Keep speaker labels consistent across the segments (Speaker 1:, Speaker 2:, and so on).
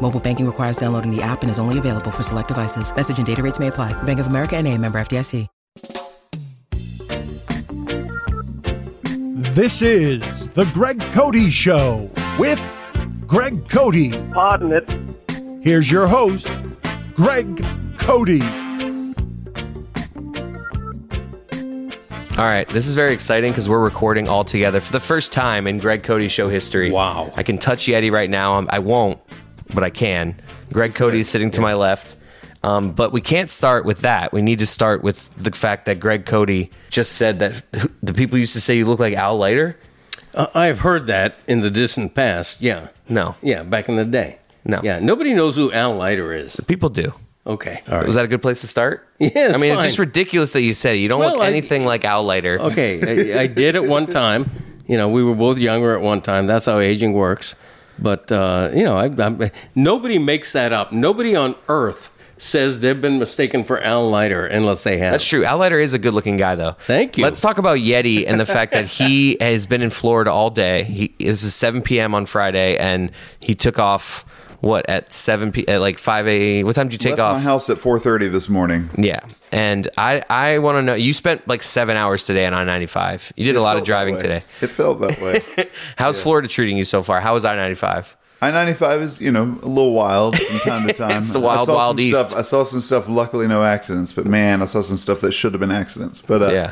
Speaker 1: Mobile banking requires downloading the app and is only available for select devices. Message and data rates may apply. Bank of America and a member FDIC.
Speaker 2: This is The Greg Cody Show with Greg Cody.
Speaker 3: Pardon it.
Speaker 2: Here's your host, Greg Cody.
Speaker 4: All right, this is very exciting because we're recording all together for the first time in Greg Cody's show history.
Speaker 5: Wow.
Speaker 4: I can touch Yeti right now. I'm, I won't, but I can. Greg Cody is sitting to my left. Um, but we can't start with that. We need to start with the fact that Greg Cody just said that the people used to say you look like Al Leiter.
Speaker 5: Uh, I've heard that in the distant past. Yeah.
Speaker 4: No.
Speaker 5: Yeah, back in the day.
Speaker 4: No.
Speaker 5: Yeah, nobody knows who Al Leiter is.
Speaker 4: People do.
Speaker 5: Okay. All right.
Speaker 4: Was that a good place to start?
Speaker 5: Yeah, it's
Speaker 4: I mean, it's
Speaker 5: fine.
Speaker 4: just ridiculous that you said it. You don't
Speaker 5: Well,
Speaker 4: look
Speaker 5: I-
Speaker 4: anything like Al Leiter.
Speaker 5: okay. I, I did at one time. You know, we were both younger at one time. That's how aging works. But uh, you know, I, I, nobody makes that up. Nobody on earth says they've been mistaken for Al Leiter unless they have.
Speaker 4: That's true. Al Leiter is a good looking guy, though.
Speaker 5: Thank you.
Speaker 4: Let's talk about Yeti and the fact that he has been in Florida all day. He this is 7 p.m. on Friday, and he took off what at 7 p at like 5 a. What time did you take
Speaker 6: left
Speaker 4: off?
Speaker 6: my house at 4:30 this morning.
Speaker 4: Yeah, and I I want to know. You spent like seven hours today on I-95. You did a lot of driving today.
Speaker 6: It felt that way.
Speaker 4: How's Florida treating you so far? How was I-95?
Speaker 6: I-95 is, you know, a little wild from time to time.
Speaker 4: It's the wild,
Speaker 6: I saw
Speaker 4: wild
Speaker 6: some
Speaker 4: east.
Speaker 6: Stuff, I saw some stuff. Luckily, no accidents. But man, I saw some stuff that should have been accidents. But uh,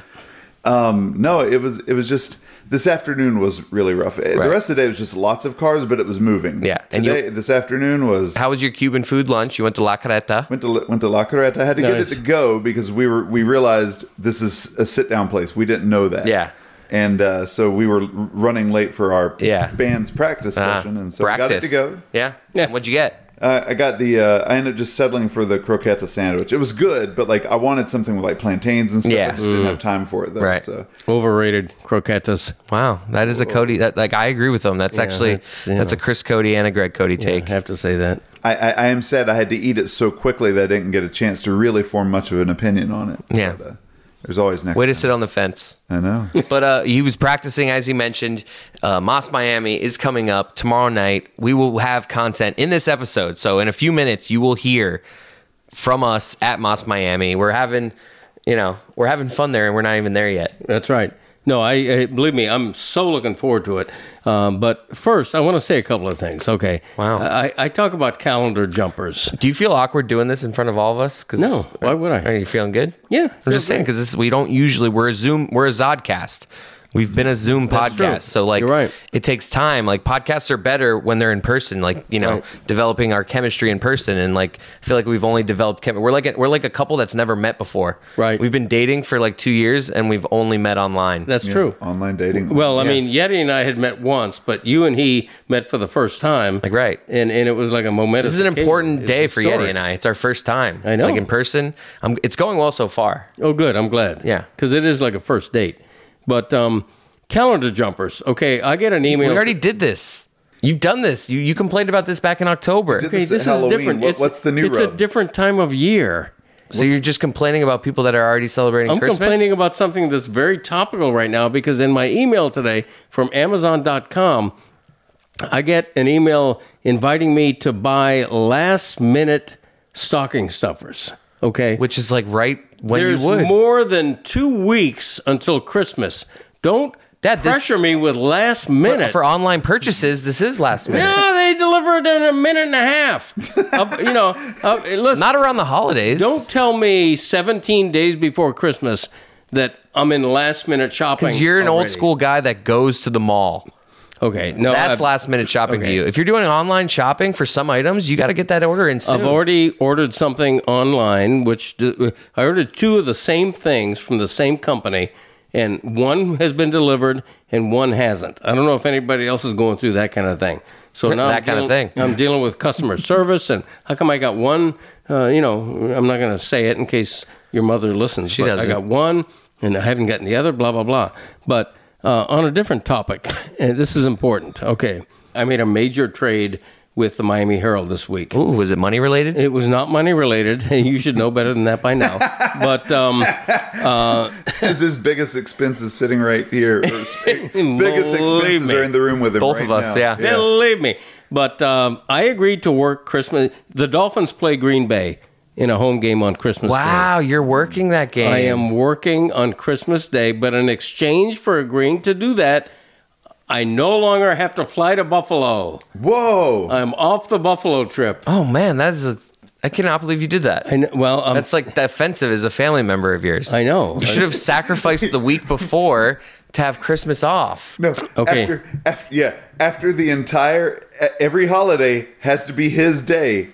Speaker 6: um,
Speaker 4: Yeah.
Speaker 6: no, it was it was just this afternoon was really rough. Eh,
Speaker 4: Right.
Speaker 6: The rest of the day was just lots of cars, but it was moving.
Speaker 4: Yeah, and you-
Speaker 6: Today, this afternoon was
Speaker 4: How was your Cuban food lunch? You went to La Carreta.
Speaker 6: Went to went to La Coretta. I had to
Speaker 5: Nice.
Speaker 6: get it to go because we were we realized this is a sit down place. We didn't know that.
Speaker 4: Yeah.
Speaker 6: And uh, so we were r- running late for our
Speaker 4: Yeah.
Speaker 6: band's practice
Speaker 4: Ah,
Speaker 6: session, and so I got it to
Speaker 4: practice.
Speaker 6: go.
Speaker 4: Yeah.
Speaker 5: Yeah.
Speaker 4: And what'd you get?
Speaker 6: Uh, I got the. Uh, I ended up just settling for the croqueta sandwich. It was good, but like I wanted something with like plantains and stuff.
Speaker 4: Yeah. Mm.
Speaker 6: I just didn't have time for it though.
Speaker 4: Right.
Speaker 6: So
Speaker 5: Overrated croquettes.
Speaker 4: Wow, that is a Cody. That like I agree with them. That's actually
Speaker 5: that's, you
Speaker 4: that's a
Speaker 5: know.
Speaker 4: Chris Cody and a Greg Cody
Speaker 5: I
Speaker 4: take.
Speaker 5: have to say that.
Speaker 6: I, I, I am sad I had to eat it so quickly that I didn't get a chance to really form much of an opinion on it.
Speaker 4: Yeah.
Speaker 6: But, uh, there's always next.
Speaker 4: Way to
Speaker 6: time.
Speaker 4: sit on the fence.
Speaker 6: I know.
Speaker 4: But uh, he was practicing, as he mentioned. Uh, Moss Miami is coming up tomorrow night. We will have content in this episode, so in a few minutes you will hear from us at Moss Miami. We're having, you know, we're having fun there, and we're not even there yet.
Speaker 5: That's right. No, I, I believe me. I'm so looking forward to it. Um, but first, I want to say a couple of things. Okay.
Speaker 4: Wow.
Speaker 5: I, I talk about calendar jumpers.
Speaker 4: Do you feel awkward doing this in front of all of us? 'Cause-
Speaker 5: No, why would I?
Speaker 4: Are you feeling good?
Speaker 5: Yeah,
Speaker 4: I'm
Speaker 5: feel
Speaker 4: just saying
Speaker 5: great.
Speaker 4: because we don't usually we're a Zoom we're a Zodcast. We've been a Zoom
Speaker 5: That's true.
Speaker 4: podcast, so like
Speaker 5: You're right.
Speaker 4: it takes time. Like podcasts are better when they're in person. Like you know,
Speaker 5: Right.
Speaker 4: developing our chemistry in person, and like I feel like we've only developed chem- we're like a, we're like a couple that's never met before.
Speaker 5: Right.
Speaker 4: We've been dating for like two years, and we've only met online.
Speaker 5: That's true.
Speaker 6: Online dating.
Speaker 5: Well, I mean, Yeti and I had met once, but you and he met for the first time.
Speaker 4: Like, right.
Speaker 5: And and it was like a momentous.
Speaker 4: this is an
Speaker 5: occasion.
Speaker 4: important
Speaker 5: It's
Speaker 4: day
Speaker 5: a
Speaker 4: for
Speaker 5: story.
Speaker 4: Yeti and I. It's our first time.
Speaker 5: I know.
Speaker 4: Like in person, I'm, it's going well so far.
Speaker 5: Oh, good. I'm glad.
Speaker 4: Yeah.
Speaker 5: Because it is like a first date. But um, calendar jumpers. Okay, I get an email.
Speaker 4: We already did this. You've done this. You you complained about this back in October.
Speaker 6: did
Speaker 5: Okay,
Speaker 6: This is
Speaker 5: this
Speaker 6: Halloween.
Speaker 5: is different.
Speaker 6: What-
Speaker 5: It's-
Speaker 6: what's the new
Speaker 5: It's a
Speaker 6: rub?
Speaker 5: different time of year.
Speaker 4: So you're just complaining about people that are already celebrating
Speaker 5: I'm
Speaker 4: Christmas?
Speaker 5: complaining about something that's very topical right now because in my email today from Amazon.com, I get an email inviting me to buy last minute stocking stuffers. Okay.
Speaker 4: which is like right when
Speaker 5: There's
Speaker 4: you would.
Speaker 5: more than two weeks until Christmas. Don't
Speaker 4: Dad, this-
Speaker 5: pressure me with last minute.
Speaker 4: For online purchases, this is last minute.
Speaker 5: no, they deliver it in a minute and a half. Of- you know, of- listen,
Speaker 4: Not around the holidays.
Speaker 5: don't tell me 17 days before Christmas that I'm in last minute shopping.
Speaker 4: Because you're an old
Speaker 5: already.
Speaker 4: school guy that goes to the mall.
Speaker 5: Okay, no,
Speaker 4: That's
Speaker 5: I've,
Speaker 4: last minute shopping to
Speaker 5: okay.
Speaker 4: you. If you're doing online shopping for some items, you got to get that order in soon.
Speaker 5: I've already ordered something online, which d- I ordered two of the same things from the same company, and one has been delivered and one hasn't. I don't know if anybody else is going through that kind of thing. So now
Speaker 4: That
Speaker 5: I'm
Speaker 4: kind of
Speaker 5: dealing-
Speaker 4: thing.
Speaker 5: I'm dealing with customer service, and how come I got one? Uh, you know, I'm not going to say it in case your mother listens. She I
Speaker 4: doesn't.
Speaker 5: got one, and I haven't gotten the other. Blah blah blah. But uh, on a different topic, and this is important. Okay, I made a major trade with the Miami Herald this week.
Speaker 4: Ooh, was it money related?
Speaker 5: It was not money related, and you should know better than that by now. but um, uh,
Speaker 6: His, his biggest expense is sitting right here. Or his big- biggest
Speaker 5: Believe
Speaker 6: expenses
Speaker 5: me.
Speaker 6: are in the room with him.
Speaker 4: Both
Speaker 6: right
Speaker 4: of us,
Speaker 6: now.
Speaker 4: yeah.
Speaker 5: Believe me. But um, I agreed to work Christmas. The Dolphins play Green Bay in a home game on Christmas Day.
Speaker 4: Wow, you're working that game.
Speaker 5: I am working on Christmas Day, but in exchange for agreeing to do that, I no longer have to fly to Buffalo.
Speaker 6: Whoa.
Speaker 5: I'm off the Buffalo trip.
Speaker 4: Oh man, that is a. I cannot believe you did that.
Speaker 5: I know, well, um,
Speaker 4: That's like offensive as a family member of yours.
Speaker 5: I know.
Speaker 4: You should have sacrificed the week before to have Christmas off.
Speaker 6: No.
Speaker 5: Okay.
Speaker 6: After, af- yeah. After the entire e- every holiday has to be his day.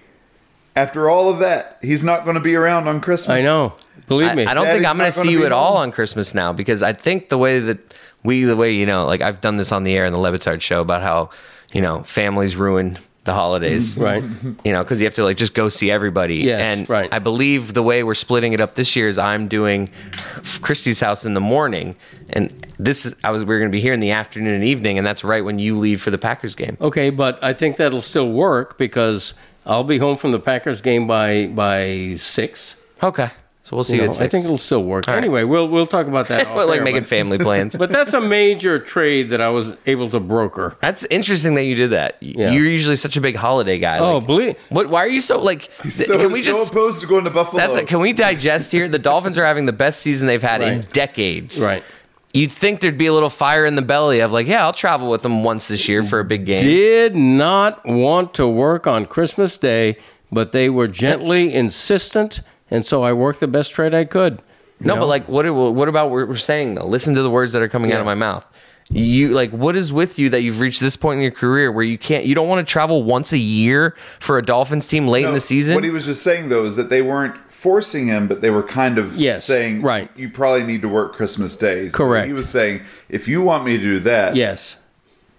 Speaker 6: After all of that, he's not going to be around on Christmas.
Speaker 5: I know. Believe
Speaker 4: I,
Speaker 5: me.
Speaker 4: I don't think
Speaker 6: Daddy's
Speaker 4: I'm going
Speaker 6: not
Speaker 4: to
Speaker 6: gonna
Speaker 4: see you
Speaker 6: be
Speaker 4: at all
Speaker 6: home.
Speaker 4: on Christmas now because I think the way that we, the way you know, like I've done this on the air in the Levitard show about how you know families ruin the holidays,
Speaker 5: Right.
Speaker 4: You know, because you have to like just go see everybody.
Speaker 5: Yes,
Speaker 4: and
Speaker 5: right.
Speaker 4: I believe the way we're splitting it up this year is I'm doing Christy's house in the morning, and this is, I was we are going to be here in the afternoon and evening, and that's right when you leave for the Packers game.
Speaker 5: Okay, but I think that'll still work because I'll be home from the Packers game by by six.
Speaker 4: Okay, so we'll see.
Speaker 5: You
Speaker 4: you
Speaker 5: know,
Speaker 4: at
Speaker 5: I
Speaker 4: six.
Speaker 5: think it'll still work.
Speaker 4: right.
Speaker 5: Anyway, we'll we'll talk about that. off
Speaker 4: Well, like
Speaker 5: air,
Speaker 4: making
Speaker 5: but-
Speaker 4: family plans.
Speaker 5: But that's a major trade that I was able to broker.
Speaker 4: That's interesting that you did that. Y-
Speaker 5: Yeah.
Speaker 4: You're usually such a big holiday guy.
Speaker 5: Oh,
Speaker 4: like-
Speaker 5: believe-
Speaker 4: What? Why are you so like? th-
Speaker 6: So,
Speaker 4: can we
Speaker 6: so
Speaker 4: just?
Speaker 6: opposed to going to Buffalo.
Speaker 4: that's like, can we digest here? The Dolphins are having the best season they've had in
Speaker 5: Right.
Speaker 4: decades.
Speaker 5: Right.
Speaker 4: You'd think there'd be a little fire in the belly of like, yeah, I'll travel with them once this year for a big game.
Speaker 5: Did not want to work on Christmas Day, but they were gently insistent, and so I worked the best trade I could.
Speaker 4: no, but like, what? What about what we're saying though? Listen to the words that are coming out of my mouth. You like, what is with you that you've reached this point in your career where you can't, you don't want to travel once a year for a Dolphins team late in the season?
Speaker 6: What he was just saying though is that they weren't forcing him, but they were kind of
Speaker 5: Yes,
Speaker 6: saying,
Speaker 5: right.
Speaker 6: You probably need to work Christmas days.
Speaker 5: Correct.
Speaker 6: He was saying, if you want me to do that,
Speaker 5: Yes,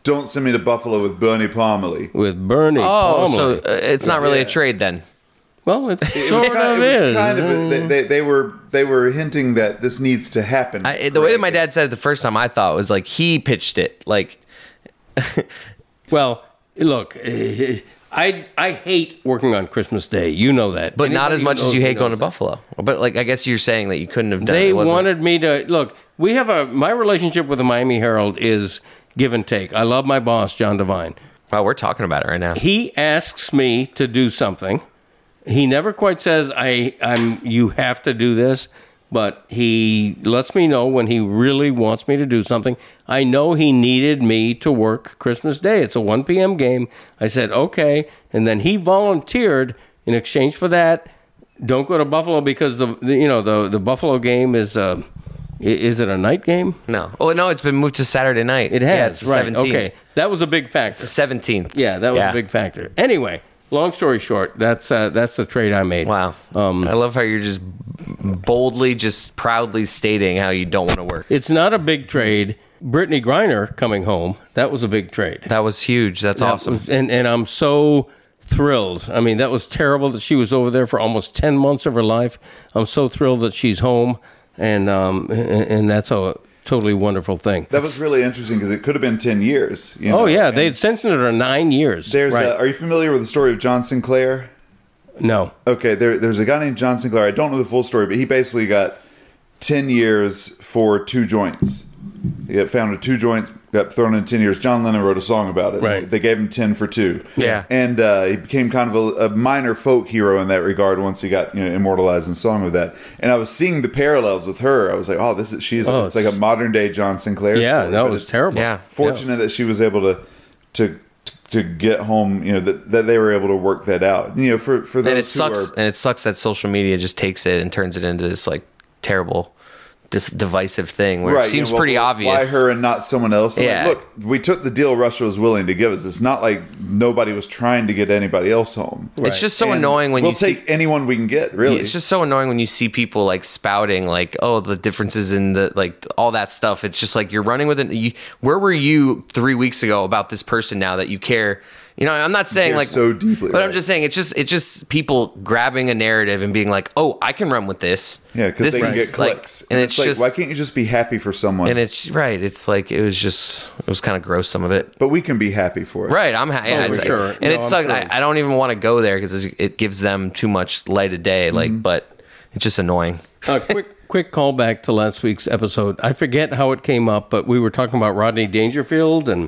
Speaker 6: don't send me to Buffalo with Bernie Palmerly.
Speaker 5: with Bernie.
Speaker 4: oh,
Speaker 5: Palmer.
Speaker 4: so uh, it's not really a trade then.
Speaker 5: well, it sort
Speaker 6: kind-
Speaker 5: of
Speaker 6: it was
Speaker 5: is.
Speaker 6: kind of- they, they, they were they were hinting that this needs to happen.
Speaker 4: I, the way that my dad said it the first time, I thought was like he pitched it. Like
Speaker 5: Well, look, eh, I I hate working on Christmas Day. You know that,
Speaker 4: but not as much as you hate going to
Speaker 5: Buffalo.
Speaker 4: Buffalo. But like, I guess you're saying that you couldn't have done. it.
Speaker 5: They
Speaker 4: it wasn't-
Speaker 5: wanted me to look. We have a my relationship with the Miami Herald is give and take. I love my boss, John Devine.
Speaker 4: Wow, we're talking about it right now.
Speaker 5: He asks me to do something. He never quite says I I'm you have to do this, but he lets me know when he really wants me to do something. I know he needed me to work Christmas Day. It's a 1 p.m. game. I said, "Okay." And then he volunteered in exchange for that. Don't go to Buffalo because the, the you know the the Buffalo game is uh i- is it a night game?
Speaker 4: No, oh no, it's been moved to Saturday night.
Speaker 5: It
Speaker 4: Yeah,
Speaker 5: has
Speaker 4: it's the
Speaker 5: right.
Speaker 4: 17th.
Speaker 5: Okay, that was a big factor.
Speaker 4: seventeenth.
Speaker 5: Yeah, that was a big factor. Anyway, long story short, that's uh, that's the trade I made.
Speaker 4: Wow,
Speaker 5: Um,
Speaker 4: I love how you're just boldly, just proudly stating how you don't want to work.
Speaker 5: It's not a big trade. Brittany Griner coming home, that was a big trade.
Speaker 4: That was huge. That's
Speaker 5: That
Speaker 4: awesome.
Speaker 5: was- and and I'm so thrilled. I mean, that was terrible that she was over there for almost 10 months of her life. I'm so thrilled that she's home and um and, and that's a totally wonderful thing.
Speaker 6: that was really interesting because it could have been ten years. you know,
Speaker 5: oh yeah,
Speaker 6: and
Speaker 5: they had censored her 9 years.
Speaker 6: there's.
Speaker 5: right.
Speaker 6: A, are you familiar with the story of John Sinclair?
Speaker 5: no.
Speaker 6: Okay, there, there's a guy named John Sinclair. I don't know the full story, but he basically got 10 years for two joints. He got found with two joints, got thrown in 10 years. John Lennon wrote a song about it.
Speaker 5: Right.
Speaker 6: They gave him 10 for two.
Speaker 4: Yeah.
Speaker 6: And uh, he became kind of a, a minor folk hero in that regard once he got you know, immortalized in song with that. And I was seeing the parallels with her. I was like, oh, this is, she's,
Speaker 5: Oh,
Speaker 6: it's, like a
Speaker 5: it's-
Speaker 6: modern day John Sinclair.
Speaker 5: Yeah,
Speaker 6: story,
Speaker 5: that
Speaker 6: but
Speaker 5: was
Speaker 6: it's
Speaker 5: terrible.
Speaker 4: Yeah.
Speaker 6: Fortunate that she was able to, to, to get home, you know that, that they were able to work that out. You know, for for those
Speaker 4: and it
Speaker 6: who
Speaker 4: sucks.
Speaker 6: are
Speaker 4: and it sucks that social media just takes it and turns it into this like terrible, dis- divisive thing where it
Speaker 6: you
Speaker 4: seems
Speaker 6: know, well,
Speaker 4: pretty obvious.
Speaker 6: Why her and not someone else? And like,
Speaker 4: Yeah.
Speaker 6: look, we took the deal Russia was willing to give us. It's not like nobody was trying to get anybody else home.
Speaker 4: It's just so annoying when
Speaker 6: we'll
Speaker 4: you see
Speaker 6: take anyone we can get. Really,
Speaker 4: It's just so annoying when you see people like spouting like, oh, the differences in the like all that stuff. It's just like you're running with it. You, where were you three weeks ago about this person now that you care? You know, I'm not saying
Speaker 6: care
Speaker 4: like
Speaker 6: so deeply,
Speaker 4: but I'm
Speaker 6: right.
Speaker 4: just saying it's just it's just people grabbing a narrative and being like, oh, I can run with this.
Speaker 6: Yeah, because
Speaker 4: This
Speaker 6: they can
Speaker 4: is,
Speaker 6: get
Speaker 4: like-
Speaker 6: clicks.
Speaker 4: and, it's,
Speaker 6: like,
Speaker 4: just
Speaker 6: why can't you just be happy for someone?
Speaker 4: and it's right. It's like it was just it was kind of gross. Some of it.
Speaker 6: but we can be happy for it.
Speaker 4: Right, I'm happy.
Speaker 5: Oh,
Speaker 4: Yeah,
Speaker 5: for
Speaker 4: it's-
Speaker 5: sure.
Speaker 4: And
Speaker 5: No,
Speaker 4: it
Speaker 5: I'm
Speaker 4: sucks. I,
Speaker 5: sure.
Speaker 4: I don't even want to go there because it, it gives them too much light of day. Like, but it's just annoying.
Speaker 5: A Mm-hmm. Uh, quick, quick callback to last week's episode. I forget how it came up, but we were talking about Rodney Dangerfield and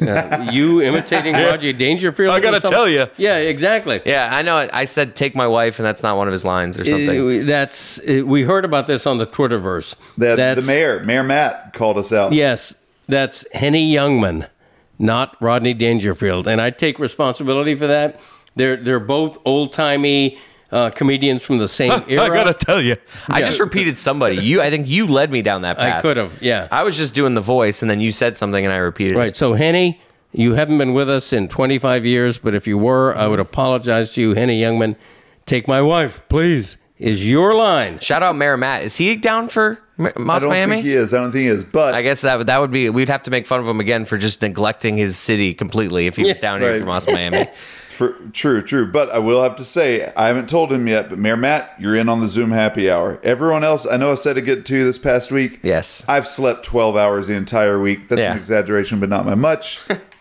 Speaker 5: uh, you imitating Rodney Dangerfield.
Speaker 4: I gotta
Speaker 5: or something.
Speaker 4: tell ya.
Speaker 5: Yeah, exactly.
Speaker 4: Yeah, I know. I said take my wife, and that's not one of his lines or something.
Speaker 5: Uh, that's uh, we heard about this on the Twitterverse.
Speaker 6: The, the
Speaker 5: That's-
Speaker 6: mayor, Mayor Matt, called us out.
Speaker 5: Yes, that's Henny Youngman, not Rodney Dangerfield, and I take responsibility for that. They're they're both old timey uh, comedians from the same era.
Speaker 4: tell you, I just repeated somebody. You, I think you led me down that path.
Speaker 5: I could have, yeah.
Speaker 4: I was just doing the voice, and then you said something, and I repeated. it.
Speaker 5: Right. So, Henny, you haven't been with us in 25 years, but if you were, I would apologize to you, Henny Youngman. Take my wife, please, is your line.
Speaker 4: Shout out Mayor Matt. Is he down for M-
Speaker 6: I
Speaker 4: Moss
Speaker 6: don't
Speaker 4: Miami?
Speaker 6: think he is. I don't think he is. But
Speaker 4: I guess that would- that would be we'd have to make fun of him again for just neglecting his city completely if he was
Speaker 5: Yeah,
Speaker 4: down here
Speaker 6: right.
Speaker 4: for Moss Miami.
Speaker 6: For, true, true. But I will have to say, I haven't told him yet, but Mayor Matt, you're in on the Zoom happy hour. Everyone else, I know I said I get to this past week.
Speaker 4: Yes.
Speaker 6: I've slept 12 hours the entire week. That's
Speaker 4: Yeah.
Speaker 6: an exaggeration, but not by much.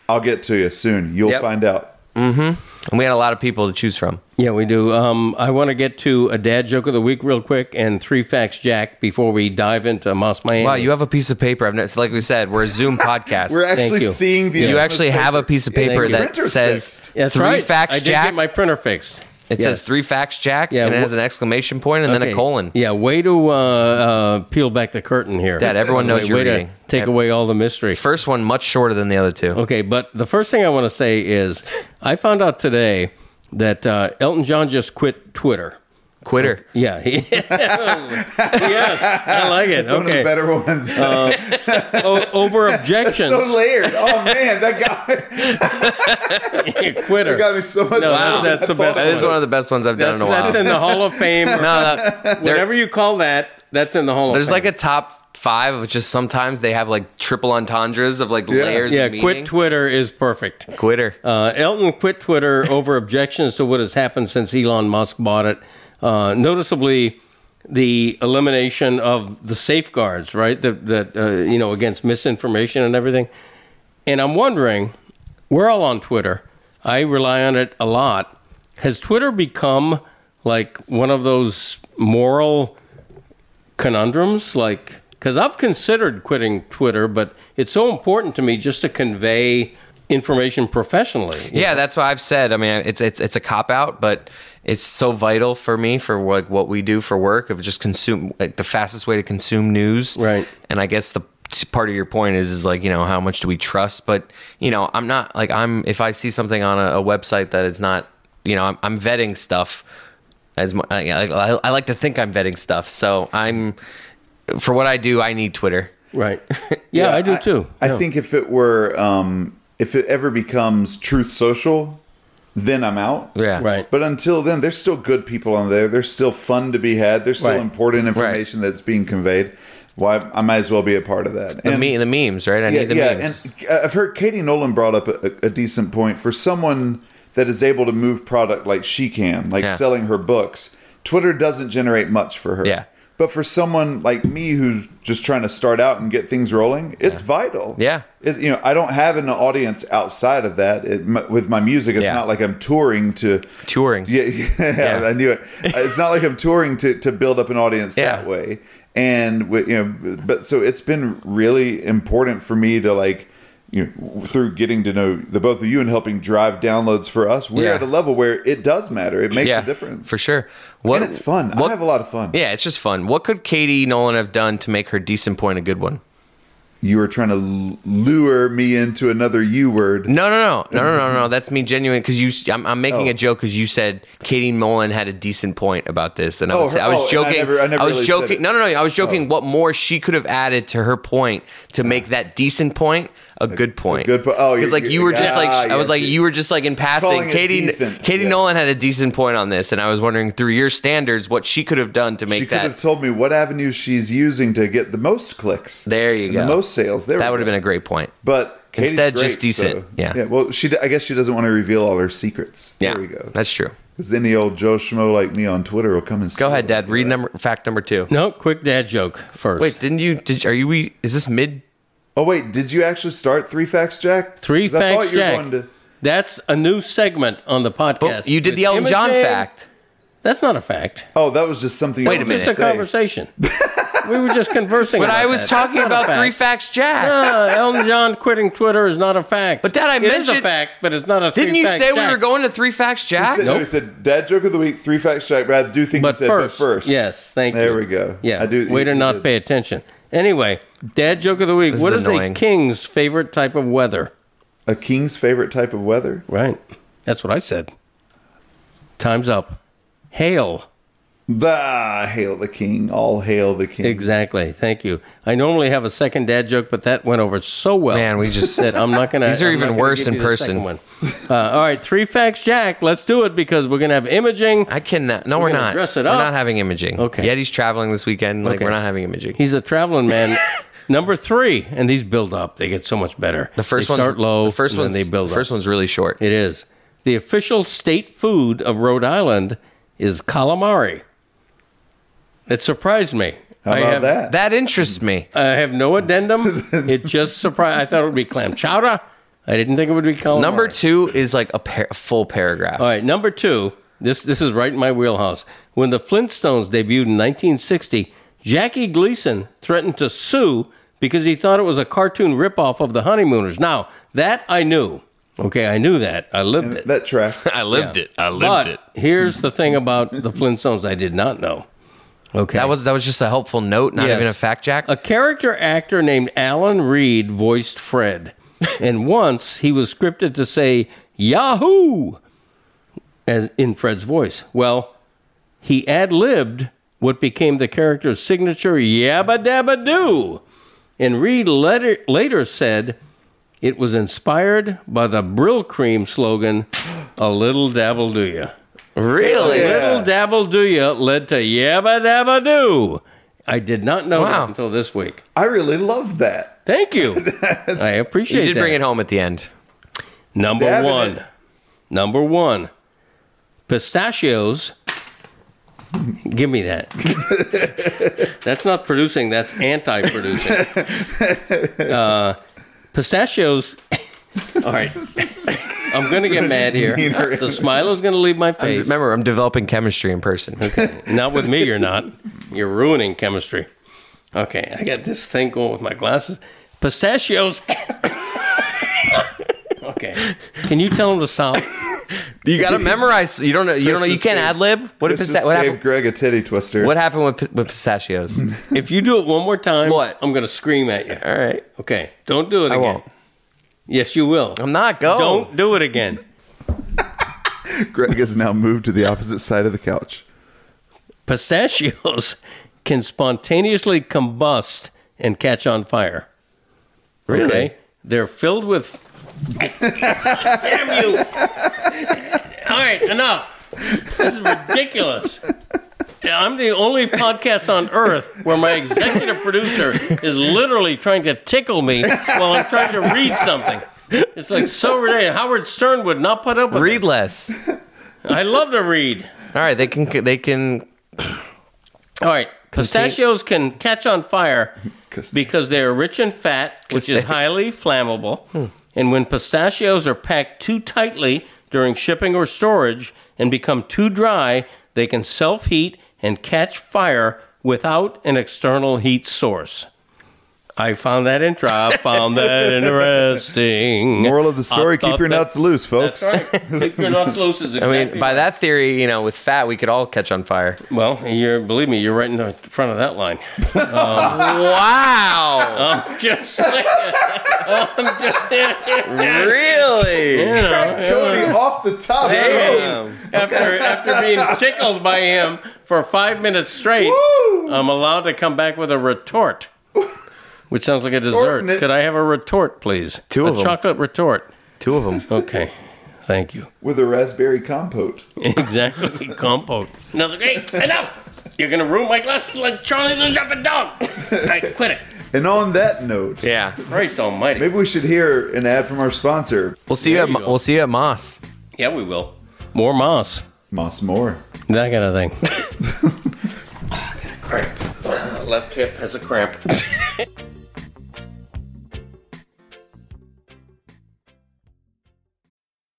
Speaker 6: I'll get to you soon. You'll
Speaker 4: Yep.
Speaker 6: find out.
Speaker 4: and we had a lot of people to choose from.
Speaker 5: Mm-hmm. Yeah, we do. Um, I want to get to a dad joke of the week real quick and three facts, Jack, before we dive into Moss Miami.
Speaker 4: Wow, you have a piece of paper. I've never, so like we said, we're a Zoom podcast.
Speaker 6: We're actually
Speaker 5: you.
Speaker 6: seeing the.
Speaker 4: you actually have a piece of paper
Speaker 5: you.
Speaker 4: that
Speaker 6: Printer's
Speaker 4: says
Speaker 6: fixed.
Speaker 5: That's
Speaker 4: three
Speaker 5: right. I
Speaker 4: facts,
Speaker 5: did
Speaker 4: Jack.
Speaker 5: get my printer fixed.
Speaker 4: it says three facts, Jack,
Speaker 5: Yeah,
Speaker 4: and it
Speaker 5: wh-
Speaker 4: has an exclamation point and then
Speaker 5: Okay.
Speaker 4: a colon.
Speaker 5: Yeah, way to uh, uh, peel back the curtain here.
Speaker 4: Dad, everyone knows
Speaker 5: way,
Speaker 4: you're
Speaker 5: way
Speaker 4: reading.
Speaker 5: to take
Speaker 4: Ev-
Speaker 5: away all the mystery.
Speaker 4: First one much shorter than the other two.
Speaker 5: Okay, but the first thing I want to say is I found out today that uh, Elton John just quit Twitter.
Speaker 4: Quitter.
Speaker 5: Yeah. he- yes, I like it.
Speaker 6: It's one of the
Speaker 5: okay. Uh,
Speaker 6: better ones.
Speaker 5: O- over objections.
Speaker 6: so layered. Oh man, that guy
Speaker 5: Quitter.
Speaker 6: got me so much.
Speaker 5: No, that's-
Speaker 6: fun.
Speaker 5: that's the best
Speaker 4: That is
Speaker 5: one.
Speaker 4: one of the best ones I've done
Speaker 5: that's,
Speaker 4: in a while.
Speaker 5: that's in the Hall of Fame. or
Speaker 4: No, no, there-
Speaker 5: whatever you call that, that's in the Hall
Speaker 4: there's
Speaker 5: of Fame.
Speaker 4: like a top five of just sometimes they have like triple entendres of like layers
Speaker 5: yeah,
Speaker 4: of meaning.
Speaker 5: quit Twitter is perfect.
Speaker 4: Quitter.
Speaker 5: Uh, Elton quit Twitter over objections to what has happened since Elon Musk bought it. Uh, noticeably, the elimination of the safeguards, right? That, that uh, you know, against misinformation and everything. And I'm wondering, we're all on Twitter. I rely on it a lot. Has Twitter become like one of those moral conundrums? Like, because I've considered quitting Twitter, but it's so important to me just to convey information professionally.
Speaker 4: Yeah, that's what I've said. I mean, it's it's it's a cop out, but it's so vital for me for what what we do for work of just consume like the fastest way to consume news.
Speaker 5: Right.
Speaker 4: And I guess the part of your point is is like you know how much do we trust? But you know, I'm not like I'm if I see something on a, a website that is not you know I'm, I'm vetting stuff as mu- I, I, I like to think I'm vetting stuff. So I'm for what I do, I need Twitter.
Speaker 5: Right. Yeah, I do too.
Speaker 6: I
Speaker 5: Yeah.
Speaker 6: think if it were, um, if it ever becomes Truth Social, then I'm out.
Speaker 4: Yeah.
Speaker 5: Right.
Speaker 6: But until then, there's still good people on there. There's still fun to be had. There's still
Speaker 5: Right.
Speaker 6: important information that's being conveyed. Why I might as well be a part of that.
Speaker 4: The,
Speaker 6: And-
Speaker 4: me- the memes, right? I
Speaker 6: yeah,
Speaker 4: need the
Speaker 6: yeah.
Speaker 4: memes.
Speaker 6: And uh, I've heard Katie Nolan brought up a, a decent point for someone that is able to move product like she can, like
Speaker 4: Yeah.
Speaker 6: selling her books. Twitter doesn't generate much for her.
Speaker 4: Yeah.
Speaker 6: But for someone like me who's just trying to start out and get things rolling, it's vital.
Speaker 4: Yeah.
Speaker 6: It, you know, I don't have an audience outside of that. It, m- with my music, it's
Speaker 4: Yeah.
Speaker 6: not like I'm touring to
Speaker 4: Touring.
Speaker 6: yeah, yeah, I knew it. It's not like I'm touring to, to build up an audience
Speaker 4: Yeah.
Speaker 6: that way. And with, you know, but so it's been really important for me to like you know, through getting to know the both of you and helping drive downloads for us. We're
Speaker 4: Yeah.
Speaker 6: at a level where it does matter. It makes a difference
Speaker 4: for sure. What,
Speaker 6: and it's fun.
Speaker 4: what-
Speaker 6: I have a lot of fun.
Speaker 4: Yeah, it's just fun. What could Katie Nolan have done to make her decent point a good one?
Speaker 6: You were trying to l- lure me into another U word.
Speaker 4: No, no, no, no, no, no, no. That's me genuine because you. s- I'm, I'm making
Speaker 6: Oh.
Speaker 4: a joke because you said Katie Nolan had a decent point about this, and I
Speaker 6: Oh,
Speaker 4: was,
Speaker 6: her-
Speaker 4: I was
Speaker 6: oh, and I
Speaker 4: joking. I,
Speaker 6: never- I never
Speaker 4: was
Speaker 6: really said
Speaker 4: joking.
Speaker 6: it. Oh.
Speaker 4: No, no, no. I was joking. What more she could have added to her point to make that decent point a good point?
Speaker 6: Ah. good po- oh,
Speaker 4: because
Speaker 6: you're-
Speaker 4: like you
Speaker 6: you're-
Speaker 4: were just like
Speaker 6: ah,
Speaker 4: I was
Speaker 6: yes,
Speaker 4: like
Speaker 6: you-
Speaker 4: you were just like in passing.
Speaker 6: Calling it
Speaker 4: Katie
Speaker 6: decent,
Speaker 4: Katie
Speaker 6: yeah.
Speaker 4: Nolan had a decent point on this, and I was wondering through your standards what she could have done to make
Speaker 6: She could
Speaker 4: that.
Speaker 6: have told me what avenue she's using to get the most clicks.
Speaker 4: There you
Speaker 6: and
Speaker 4: go.
Speaker 6: The most sales. There
Speaker 4: that
Speaker 6: we
Speaker 4: would have
Speaker 6: go.
Speaker 4: been a great point.
Speaker 6: But Katie's
Speaker 4: Instead,
Speaker 6: great,
Speaker 4: just decent.
Speaker 6: so-
Speaker 4: yeah. Yeah.
Speaker 6: Yeah. Well, she. d- I guess she doesn't want to reveal all her secrets. There we go.
Speaker 4: That's true.
Speaker 6: Because then the old Joe Schmo like me on Twitter will come and
Speaker 4: Go ahead, Dad. Read number fact number two.
Speaker 5: No, quick dad joke first.
Speaker 4: Wait, didn't you? Did are you? we- Is this mid?
Speaker 6: Oh wait, did you actually start three facts, Jack?
Speaker 5: Three
Speaker 6: 'Cause I thought
Speaker 5: facts,
Speaker 6: you were
Speaker 5: Jack.
Speaker 6: going to-
Speaker 5: That's a new segment on the
Speaker 4: But Oh,
Speaker 5: podcast.
Speaker 4: you did
Speaker 5: with
Speaker 4: the Elton John
Speaker 5: Imogen.
Speaker 4: fact.
Speaker 5: That's not a fact.
Speaker 6: oh, that was just something.
Speaker 4: Wait
Speaker 6: I
Speaker 4: a
Speaker 6: wanted
Speaker 4: minute.
Speaker 5: Just
Speaker 6: to
Speaker 5: a
Speaker 6: say.
Speaker 5: conversation. we were just conversing.
Speaker 4: But
Speaker 5: about
Speaker 4: I was
Speaker 5: that.
Speaker 4: talking
Speaker 5: That's not a
Speaker 4: about three
Speaker 5: fact.
Speaker 4: facts, Jack.
Speaker 5: Uh, Elton John quitting Twitter is not a fact.
Speaker 4: But Dad, I
Speaker 5: It is
Speaker 4: mentioned-
Speaker 5: a fact, but it's not a.
Speaker 4: Didn't you
Speaker 5: three-fact
Speaker 4: say we
Speaker 5: fact.
Speaker 4: were going to three facts,
Speaker 6: He
Speaker 4: Jack?
Speaker 6: said, no, he said dad joke of the week, three facts, Jack. But I do think
Speaker 5: But
Speaker 6: he said
Speaker 5: first,
Speaker 6: but first.
Speaker 5: yes, thank you.
Speaker 6: There we go.
Speaker 5: Yeah,
Speaker 6: I do.
Speaker 5: Way to
Speaker 6: he-
Speaker 5: not pay attention. Anyway, dad joke of the week.
Speaker 4: This
Speaker 5: what
Speaker 4: is
Speaker 5: is a
Speaker 4: annoying.
Speaker 5: king's favorite type of weather?
Speaker 6: A king's favorite type of weather.
Speaker 5: Right. That's what I said. Time's up. Hail.
Speaker 6: The hail the king. All hail the king.
Speaker 5: Exactly. Thank you. I normally have a second dad joke, but that went over so well.
Speaker 4: Man, we just-
Speaker 5: that I'm not gonna.
Speaker 4: These are
Speaker 5: I'm
Speaker 4: even
Speaker 5: not gonna
Speaker 4: worse
Speaker 5: give
Speaker 4: in
Speaker 5: you the
Speaker 4: person.
Speaker 5: second one. Uh, all right, three facts, Jack. Let's do it because we're gonna have imaging.
Speaker 4: I cannot. No,
Speaker 5: We're
Speaker 4: we're,
Speaker 5: gonna
Speaker 4: not.
Speaker 5: dress it
Speaker 4: We're
Speaker 5: up.
Speaker 4: not having imaging.
Speaker 5: Okay.
Speaker 4: Yeti's traveling this weekend. Like
Speaker 5: Okay.
Speaker 4: we're not having imaging.
Speaker 5: He's a traveling man. Number three, and these build up. They get so much better.
Speaker 4: the first
Speaker 5: they
Speaker 4: one's
Speaker 5: start low.
Speaker 4: The first
Speaker 5: and then
Speaker 4: one's
Speaker 5: they build
Speaker 4: the First
Speaker 5: up.
Speaker 4: one's really short.
Speaker 5: It is the official state food of Rhode Island is calamari. It surprised me.
Speaker 6: How
Speaker 5: I
Speaker 6: about
Speaker 5: have,
Speaker 6: that?
Speaker 4: That interests me.
Speaker 5: I have no addendum. it just surprised. I thought it would be clam chowder. I didn't think it would be calamari.
Speaker 4: Number two is like a, par- a full paragraph.
Speaker 5: All right, number two. This this is right in my wheelhouse. When the Flintstones debuted in 1960, Jackie Gleason threatened to sue because he thought it was a cartoon ripoff of The Honeymooners. Now that I knew. Okay, I knew that. I lived it.
Speaker 6: That track.
Speaker 4: I lived it. I lived
Speaker 5: but here's the thing about the Flintstones I did not know. Okay,
Speaker 4: That was that was just a helpful note, not
Speaker 5: Yes.
Speaker 4: even a fact, Jack.
Speaker 5: A character actor named Alan Reed voiced Fred, and once he was scripted to say "Yahoo" as in Fred's voice. Well, he ad libbed what became the character's signature "Yabba Dabba Doo," and Reed later, later said it was inspired by the Brill Cream slogan "A little dabble do ya."
Speaker 4: really?
Speaker 5: Little dabble do ya led to yabba dabba do. I did not know
Speaker 4: Wow.
Speaker 5: that until this week.
Speaker 6: I really love that.
Speaker 5: Thank you. I appreciate
Speaker 4: You did
Speaker 5: that.
Speaker 4: bring it home at the end.
Speaker 5: Number
Speaker 6: Dabbing
Speaker 5: one.
Speaker 6: it.
Speaker 5: Number one. Pistachios. Give me that. that's not producing, that's anti producing. Uh, pistachios. All right. I'm going to get mad here. The smile is going to leave my face.
Speaker 4: Remember, I'm developing chemistry in person.
Speaker 5: Not with me, you're not. You're ruining chemistry. Okay, I got this thing going with my glasses. Pistachios. okay. Can you tell them to stop?
Speaker 4: You got to memorize. You don't know. You don't know. You
Speaker 6: just
Speaker 4: can't
Speaker 6: gave-
Speaker 4: ad lib. What did
Speaker 6: This
Speaker 4: pista-
Speaker 6: just
Speaker 4: what
Speaker 6: gave
Speaker 4: happened?
Speaker 6: Greg a teddy twister.
Speaker 4: What happened with pi- with pistachios?
Speaker 5: If you do it one more time,
Speaker 4: What?
Speaker 5: I'm going to scream at you.
Speaker 4: All right,
Speaker 5: Okay, don't do it
Speaker 4: I
Speaker 5: again.
Speaker 4: won't.
Speaker 5: Yes, you will.
Speaker 4: I'm not going.
Speaker 5: Don't do it again.
Speaker 6: Greg has now moved to the opposite side of the couch.
Speaker 5: Pistachios can spontaneously combust and catch on fire.
Speaker 4: Really?
Speaker 5: They're filled with. Damn you! All right, enough. This is ridiculous. I'm the only podcast on earth where my executive producer is literally trying to tickle me while I'm trying to read something. It's like so ridiculous. Howard Stern would not put up with
Speaker 4: Read less.
Speaker 5: it. I love to read.
Speaker 4: All right, they can they can
Speaker 5: All right. Pistachios can catch on fire
Speaker 6: Cause-
Speaker 5: because they are rich in fat, which is
Speaker 4: they-
Speaker 5: highly flammable. And when pistachios are packed too tightly during shipping or storage and become too dry, they can self heat and catch fire without an external heat source. I found that intro. I found that interesting.
Speaker 6: Moral of the
Speaker 5: I
Speaker 6: story:
Speaker 5: thought
Speaker 6: Keep your
Speaker 5: that-
Speaker 6: nuts loose, folks.
Speaker 5: That's right. Keep your nuts loose is
Speaker 4: I
Speaker 5: exactly
Speaker 4: mean, by that theory, you know, with fat, we could all catch on fire.
Speaker 5: Well, you're believe me, you're right in the front of that line. Um,
Speaker 4: Wow.
Speaker 5: I'm just saying. I'm just
Speaker 4: really?
Speaker 5: you know,
Speaker 6: Cody off the top.
Speaker 5: after after being tickled by him for five minutes straight, I'm allowed to come back with a retort, which sounds like a dessert.
Speaker 6: Tortin' it.
Speaker 5: Could I have a retort, please?
Speaker 4: Two
Speaker 5: a
Speaker 4: of 'em.
Speaker 5: chocolate retort.
Speaker 4: Two of them.
Speaker 5: Okay, thank you.
Speaker 6: with a raspberry compote.
Speaker 5: Exactly, compote. Another great. Enough. You're gonna ruin my glasses like Charlie the Jumping Dog. I quit it.
Speaker 7: And on that note,
Speaker 6: Yeah.
Speaker 5: Christ Almighty.
Speaker 7: maybe we should hear an ad from our sponsor,
Speaker 6: We'll see
Speaker 5: There
Speaker 6: you.
Speaker 5: you
Speaker 6: At,
Speaker 5: go.
Speaker 6: we'll see you at Moss.
Speaker 5: Yeah, we will. More moss.
Speaker 7: Moss Moore.
Speaker 5: That kind of thing. Ah, cramp. Left hip has a cramp.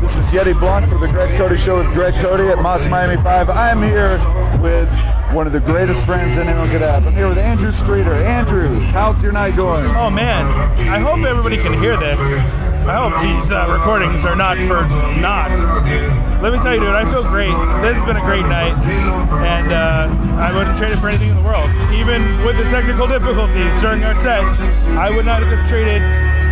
Speaker 7: This is Yeti Blunt for the Greg Cody Show with Greg Cody at Moss Miami 5. I am here with one of the greatest friends anyone could have. I'm here with Andrew Streeter. Andrew, how's your night going?
Speaker 8: Oh man, I hope everybody can hear this. I hope these uh, recordings are not for not. Let me tell you, dude, I feel great. This has been a great night, and uh, I wouldn't trade it for anything in the world. Even with the technical difficulties during our set, I would not have traded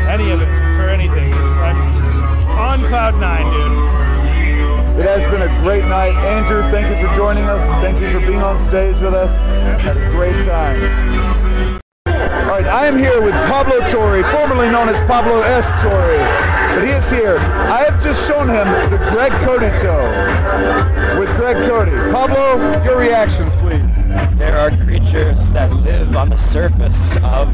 Speaker 8: any of it for anything. It's, I'm just on cloud nine, dude.
Speaker 7: It has been a great night. Andrew, thank you for joining us. Thank you for being on stage with us. Had a great time. All right, I am here with Pablo Torre, formerly known as Pablo S. Torre. But he is here. I have just shown him the Greg Cody show with Greg Cody. Pablo, your reactions, please.
Speaker 9: There are creatures that live on the surface of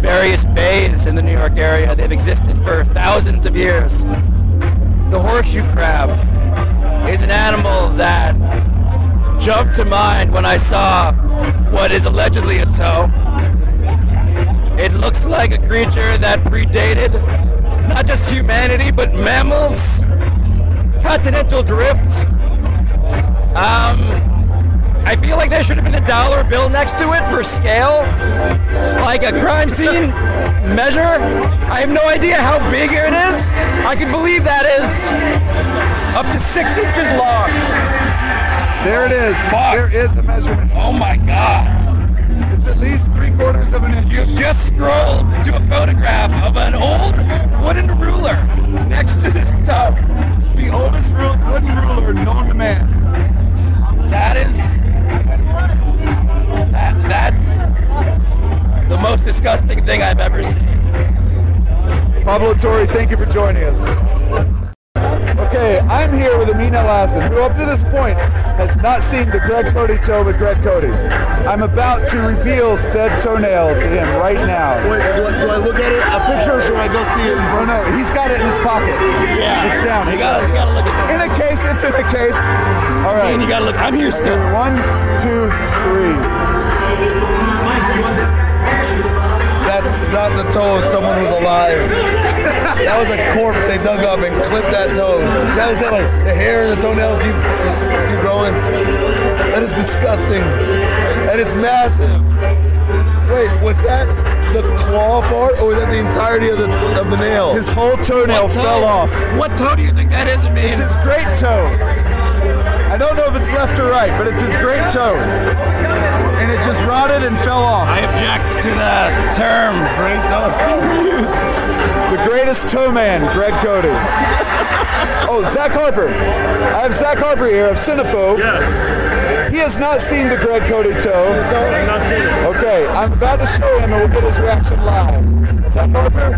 Speaker 9: various bays in the New York area. They've existed for thousands of years. The horseshoe crab is an animal that jumped to mind when I saw what is allegedly a toe. It looks like a creature that predated not just humanity, but mammals, continental drift. Um, I feel like there should have been a dollar bill next to it for scale, like a crime scene measure. I have no idea how big it is. I can believe that is up to six inches long.
Speaker 7: There it is.
Speaker 9: Fuck.
Speaker 7: There is a measurement.
Speaker 9: Oh my god.
Speaker 7: It's at least three quarters of an inch.
Speaker 9: You just scrolled to a photograph of an old wooden ruler next to this tub.
Speaker 7: The oldest real wooden ruler known to man.
Speaker 9: That is. That, that's the most disgusting thing I've ever seen.
Speaker 7: Pablo Torre, thank you for joining us. Okay, I'm here with Amina Lassen, who up to this point has not seen the Greg Cody toe with Greg Cody. I'm about to reveal said toenail to him right now. Wait, do I, do I look at it? A picture, or should I go see it? Oh no, he's got it in his pocket.
Speaker 9: Yeah.
Speaker 7: It's down.
Speaker 9: You gotta, you gotta look at
Speaker 7: In a case, it's in a case. All
Speaker 9: that. And you
Speaker 7: right.
Speaker 9: gotta look. I'm here still.
Speaker 7: One, two, three.
Speaker 10: That's not the toe of someone who's alive. That was a corpse they dug up and clipped that toe. That is like the hair and the toenails keep, keep growing. That is disgusting. That is massive. Wait, was that the claw part or was that the entirety of the, of the nail?
Speaker 7: His whole toenail
Speaker 9: What toe-
Speaker 7: fell off.
Speaker 9: What toe do you think that is,
Speaker 7: It's
Speaker 9: man?
Speaker 7: his great toe. I don't know if it's left or right, but it's his great toe. And it just rotted and fell off.
Speaker 9: I object to the term great toe used.
Speaker 7: The greatest toe man, Greg Cody. Oh, Zach Harper. I have Zach Harper here of Cinephobe.
Speaker 8: Yeah,
Speaker 7: He has not seen the Greg Cody toe.
Speaker 8: I've not seen it.
Speaker 7: Okay, I'm about to show him and we'll get his reaction live. Zach Harper,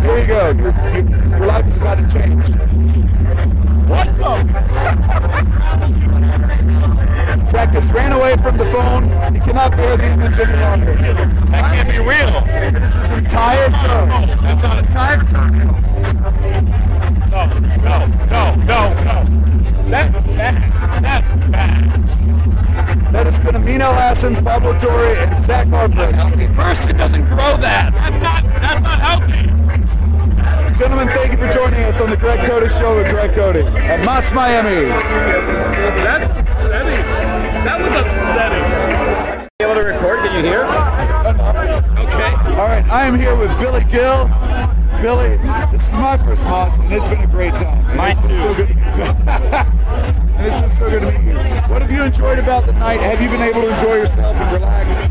Speaker 7: here you go. Your, your- your life is about to change.
Speaker 9: What toe?
Speaker 7: Zach just ran away from the phone. He cannot bear the image any longer.
Speaker 9: That can't be real.
Speaker 7: This is entire toe.
Speaker 9: That's not a
Speaker 7: Entire toe.
Speaker 9: No, no, no, no, no.
Speaker 7: Pablo Torre and Zach Marbury.
Speaker 11: healthy person doesn't grow that. That's not that's not healthy.
Speaker 7: Gentlemen, thank you for joining us on the Greg Cody Show with Greg Cody at Moss Miami.
Speaker 9: That's upsetting. That was upsetting.
Speaker 11: Able to record? Can you hear? Okay.
Speaker 7: All right, I am here with Billy Gill. Billy, this is my first Moss, and it's been a great time.
Speaker 11: Mine
Speaker 7: It's been So good. and it's been so good to meet you. What have you enjoyed about the night? Have you been able to enjoy yourself and relax?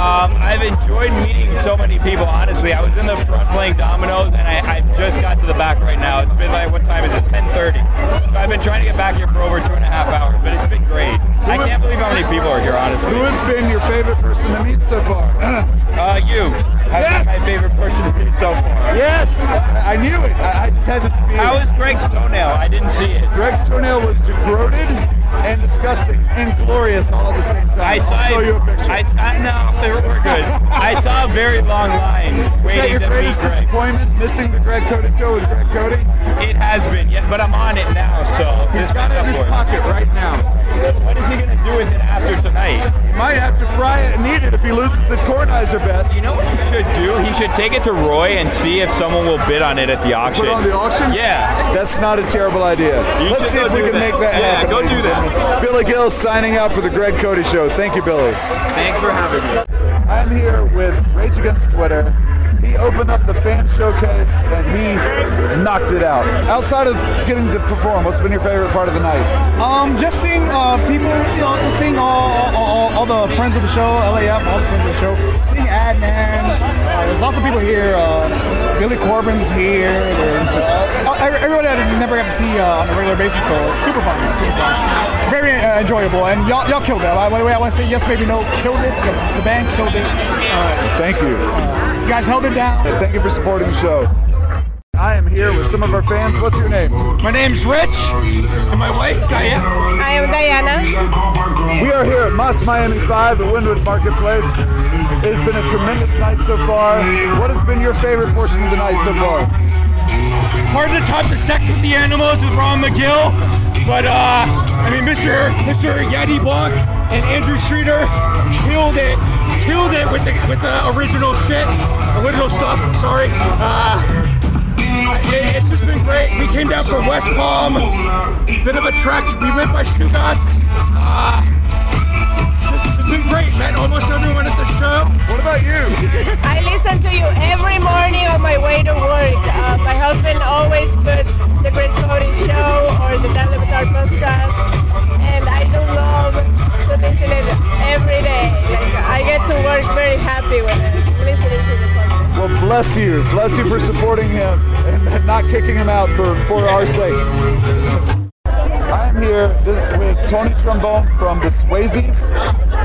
Speaker 11: Um, I've enjoyed meeting so many people. Honestly, I was in the front playing dominoes, and I, I've just got to the back right now. It's been like what time is it? 10:30. So I've been trying to get back here for over two and a half hours, but it's been great. I can't believe how many people are here. Honestly.
Speaker 7: Who has been your favorite person to meet so far?
Speaker 11: Uh, you. I've
Speaker 7: Yes!
Speaker 11: been my favorite person to meet so far.
Speaker 7: yes! I I knew it. I, I just had this feeling.
Speaker 11: How is Greg's toenail? I didn't see it.
Speaker 7: Greg's toenail was degraded and disgusting and glorious all at the same time.
Speaker 11: I
Speaker 7: I'll
Speaker 11: saw.
Speaker 7: show you a picture.
Speaker 11: I, I no, we're good. I saw a very long line
Speaker 7: Is that
Speaker 11: waiting
Speaker 7: your
Speaker 11: to meet
Speaker 7: greatest
Speaker 11: Greg.
Speaker 7: disappointment? Missing the Greg Cody show with Greg Cody?
Speaker 11: It has been, yeah, but I'm on it now, so
Speaker 7: He's
Speaker 11: this
Speaker 7: got
Speaker 11: is
Speaker 7: it in
Speaker 11: up
Speaker 7: his
Speaker 11: for it.
Speaker 7: pocket right now.
Speaker 11: What is he gonna do with it after tonight?
Speaker 7: He might have to fry it and eat it if he loses the Kornheiser bet.
Speaker 11: You know what he should do? He should take it to Roy and see if someone will bid on it at the auction.
Speaker 7: Put it on the auction?
Speaker 11: yeah.
Speaker 7: That's not a terrible idea.
Speaker 11: You
Speaker 7: Let's
Speaker 11: should
Speaker 7: see
Speaker 11: go
Speaker 7: if we
Speaker 11: do
Speaker 7: can
Speaker 11: that.
Speaker 7: make that
Speaker 11: Yeah,
Speaker 7: happen.
Speaker 11: go
Speaker 7: ladies
Speaker 11: do
Speaker 7: and
Speaker 11: that.
Speaker 7: gentlemen. Billy Gill signing out for the Greg Cody show. Thank you, Billy.
Speaker 11: Thanks for having me.
Speaker 7: I'm here with Rage Against Twitter. He opened up the fan showcase and he knocked it out. Outside of getting to perform, what's been your favorite part of the night?
Speaker 6: Um, just seeing uh, people, you know, just seeing all, all, all, all the friends of the show, LAF, all the friends of the show. Seeing Adnan, uh, there's lots of people here. Uh, Billy Corbin's here. There's, uh, every- everybody I never got to see uh, on a regular basis, so it's super fun. Super fun. Very uh, enjoyable, and y'all, y'all killed it. By the way, I want to say yes, maybe no, killed it. The, the band killed it. Uh,
Speaker 7: Thank you.
Speaker 6: you guys held it down.
Speaker 7: And thank you for supporting the show. I am here with some of our fans. What's your name?
Speaker 11: My name's Rich. And my wife Diane.
Speaker 12: I am Diana.
Speaker 7: We are here at Moss Miami 5 at Windwood Marketplace. It's been a tremendous night so far. What has been your favorite portion of the night so far?
Speaker 11: Hard to touch the sex with the animals with Ron McGill. But uh I mean Mr. Mr. Yeti Blanc and Andrew Streeter killed it. Killed it with the with the original shit. Original stuff, sorry. Uh it, it's just been great. We came down from West Palm. Bit of a trek. We went by Stuttgart. Uh, just, it's been great, man. Almost everyone at the show.
Speaker 7: What about you?
Speaker 12: I listen to you every morning on my way to work. Uh, my husband always puts the Greg Cody show or the Dan Levitar podcast, and I do love to listen it every day. Like I get to work very happy when I'm listening to the podcast.
Speaker 7: Well, bless you. Bless you for supporting him and not kicking him out for, for our sakes. I'm here this, with Tony Trombone from the Swayzes.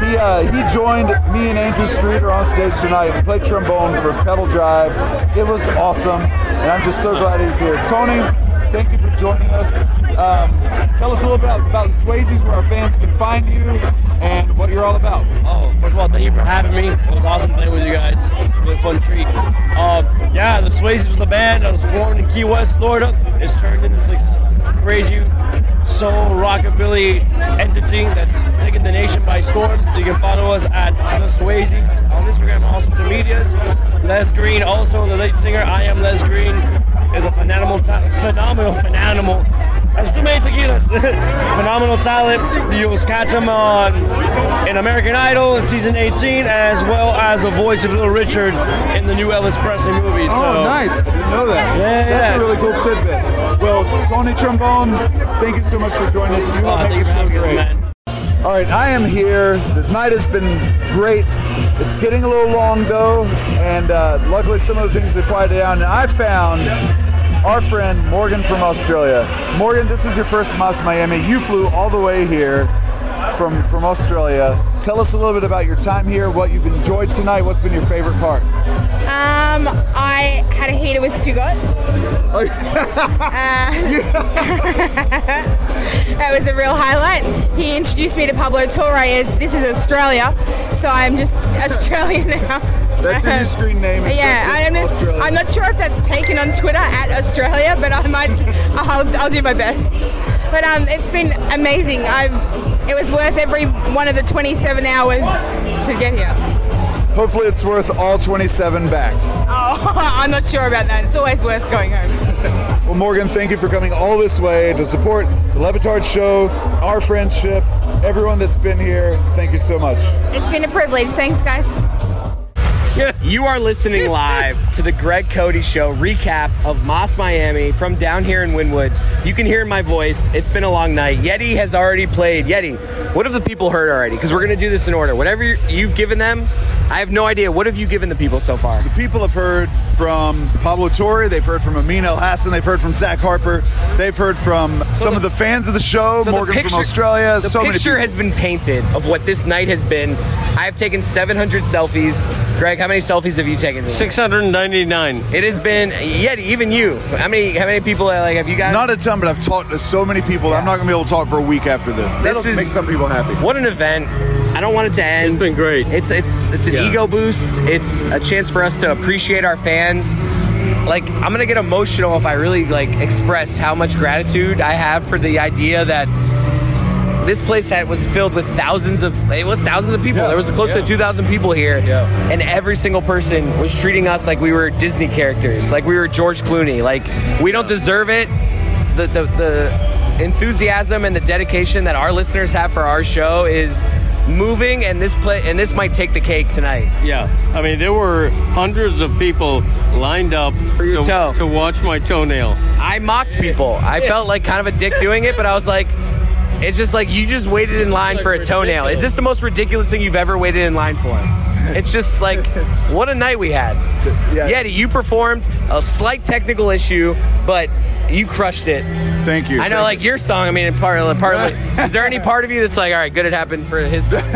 Speaker 7: He, uh, he joined me and Andrew Streeter on stage tonight and played trombone for Pedal Drive. It was awesome, and I'm just so glad he's here. Tony, thank you for joining us. Um, tell us a little bit about, about the Swayzes, where our fans can find you, and what you're all about.
Speaker 11: Oh, first of all, thank you for having me. It was awesome playing with you guys. It was a fun treat. Um, yeah, the Swayzes was the band. I was born in Key West, Florida. It's turned into this like, crazy soul rockabilly entity that's taken the nation by storm. You can follow us at the Swayzes on Instagram, all social medias. Les Green, also the lead singer, I am Les Green, is a phenomenal, ta- phenomenal, phenomenal that's the main tequilas. Phenomenal talent. You'll catch him on in American Idol in season 18, as well as the voice of Little Richard in the new Elvis Presley movie. So
Speaker 7: Oh, nice. I didn't know that.
Speaker 11: Yeah,
Speaker 7: That's
Speaker 11: yeah.
Speaker 7: a really cool tidbit. Well, Tony Trombone, thank you so much for joining us. You
Speaker 11: Uh,
Speaker 7: all make
Speaker 11: thank you
Speaker 7: the
Speaker 11: for
Speaker 7: show
Speaker 11: having us,
Speaker 7: great.
Speaker 11: man.
Speaker 7: All right, I am here. The night has been great. It's getting a little long, though, and uh, luckily some of the things have quieted down. And I found our friend Morgan from Australia. Morgan, this is your first Moss Miami. You flew all the way here from, from Australia. Tell us a little bit about your time here, what you've enjoyed tonight, what's been your favorite part?
Speaker 12: Um, I had a heater with two gods.
Speaker 7: Oh,
Speaker 12: that was a real highlight. He introduced me to Pablo Torre as this is Australia, so I'm just Australian now.
Speaker 7: That's your new screen name. It's
Speaker 12: Yeah,
Speaker 7: just
Speaker 12: I am just.
Speaker 7: Australia.
Speaker 12: I'm not sure if that's taken on Twitter at Australia, but I might. I'll, I'll do my best. But um, it's been amazing. I, it was worth every one of the 27 hours to get here.
Speaker 6: Hopefully, it's worth all 27 back.
Speaker 12: Oh, I'm not sure about that. It's always worth going home.
Speaker 6: Well, Morgan, thank you for coming all this way to support the Levitard Show, our friendship, everyone that's been here. Thank you so much.
Speaker 12: It's been a privilege. Thanks, guys.
Speaker 4: You are listening live to the Greg Cody Show recap of Moss Miami from down here in Wynwood. You can hear my voice. It's been a long night. Yeti has already played. Yeti, what have the people heard already? Because we're going to do this in order. Whatever you- you've given them, I have no idea. What have you given the people so far?
Speaker 6: The people have heard from Pablo Torre, they've heard from Amin El Hassan, they've heard from Zach Harper, they've heard from some of the fans of the show,
Speaker 4: So the
Speaker 6: Oh, Morgan
Speaker 4: picture-
Speaker 6: from Australia,
Speaker 4: The
Speaker 6: so many
Speaker 4: picture
Speaker 6: people.
Speaker 4: has been painted of what this night has been. I have taken 700 selfies. Greg, how many selfies have you taken?
Speaker 5: 699.
Speaker 4: It has been Yeti. Even you. How many? How many people? uh, Like, have you got?
Speaker 6: Not a ton, but I've taught to so many people. I'm not going to be able to talk for a week after this. That'll
Speaker 4: This is
Speaker 6: make some people happy.
Speaker 4: What an event! I don't want it to end. It's been great. It's it's it's an
Speaker 6: Yeah.
Speaker 4: ego boost. It's a chance for us to appreciate our fans. Like I'm gonna get emotional if I really like express how much gratitude I have for the idea that this place had was filled with thousands of it was thousands of people. there was close to 2,000 people here, and every single person was treating us like we were Disney characters, like we were George Clooney. Like we don't deserve it. The the the enthusiasm and the dedication that our listeners have for our show is moving, and this play and this might take the cake tonight.
Speaker 5: Yeah, I mean there were hundreds of people lined up for your to, toe to watch my toenail.
Speaker 4: I mocked people. I felt like kind of a dick doing it, but I was like, it's just like you just waited in line for a toenail. Is this the most ridiculous thing you've ever waited in line for? It's just like, what a night we had. Yeti, you performed a slight technical issue, but you crushed it.
Speaker 6: Thank you.
Speaker 4: I know, like your song. I mean, part of part of it. Is there any part of you that's like, all right, good, it happened for his song?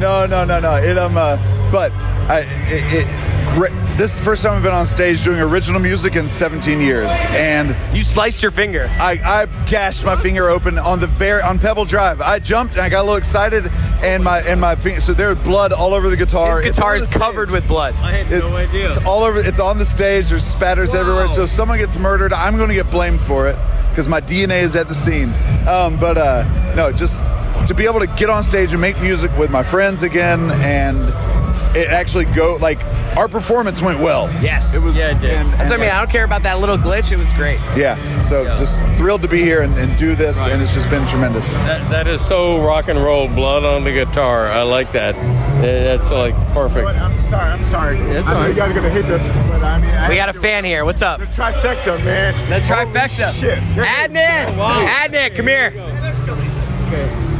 Speaker 6: no, no, no, no. It um, uh, but I, it, it, gre- this is the first time I've been on stage doing original music in 17 years, and
Speaker 4: you sliced your finger.
Speaker 6: I, I gashed my finger open on the very on Pebble Drive. I jumped and I got a little excited, and my and my finger. So there's blood all over the guitar.
Speaker 4: His
Speaker 6: It's
Speaker 4: guitar
Speaker 6: on the
Speaker 4: is
Speaker 6: stage.
Speaker 4: covered with blood. I had
Speaker 6: It's, it's all over. It's on the stage. There's spatters everywhere. So if someone gets murdered, I'm going to get blamed for it because my DNA is at the scene. Um, but uh, no, just to be able to get on stage and make music with my friends again, and it actually go like our performance went well.
Speaker 4: Yes. It was. Yeah, it did. that's what I
Speaker 6: and-
Speaker 4: mean. I don't care about that little glitch. It was great.
Speaker 6: Yeah. So just thrilled to be here and, and do this, and it's just been tremendous.
Speaker 5: That, that is so rock and roll. Blood on the guitar. I like that. That- That's like perfect.
Speaker 2: I'm sorry. I'm sorry.
Speaker 5: it's
Speaker 2: I
Speaker 5: all
Speaker 2: know
Speaker 5: right.
Speaker 2: you guys are gonna hit this, but I mean, I
Speaker 4: We got a fan here. What's up? The
Speaker 2: trifecta, man.
Speaker 4: The trifecta.
Speaker 2: shit.
Speaker 4: Adnan.
Speaker 2: Wow.
Speaker 4: Adnan, come here.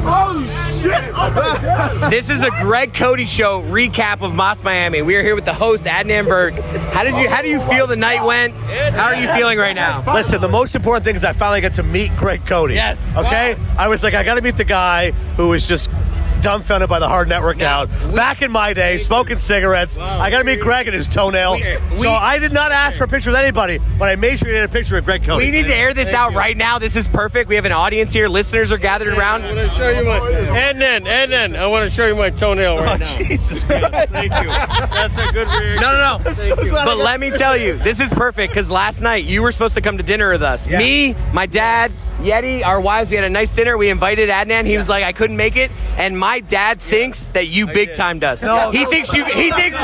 Speaker 2: Holy shit! Oh my god!
Speaker 4: This is a Greg Cody show recap of Moss Miami. We are here with the host Adnan Berg. How did you How do you feel the night went? How are you feeling right now?
Speaker 10: Listen, the most important thing is I finally got to meet Greg Cody.
Speaker 4: Yes.
Speaker 10: Okay? I was like, I got to meet the guy who is just dumbfounded by the hard network out. Back in my day, smoking cigarettes, I got to meet Greg and his toenail.
Speaker 4: We-
Speaker 10: so I did not ask for a picture with anybody, but I made sure to get a picture with Greg Cody.
Speaker 4: We need to air this out right now. This is perfect. We have an audience here. Listeners are gathered around.
Speaker 5: I want to show you my and then and then I want to show you my toenail right now.
Speaker 10: Oh, Jesus Christ!
Speaker 5: Thank you. That's a good reaction.
Speaker 4: No, no, no.
Speaker 5: Thank you.
Speaker 4: but let me tell you, this is perfect because last night you were supposed to come to dinner with us. Me, my dad, Yeti, our wives. We had a nice dinner. We invited Adnan. He was like, I couldn't make it, and my dad thinks that you big timed us.
Speaker 10: No.
Speaker 4: he thinks you. He thinks.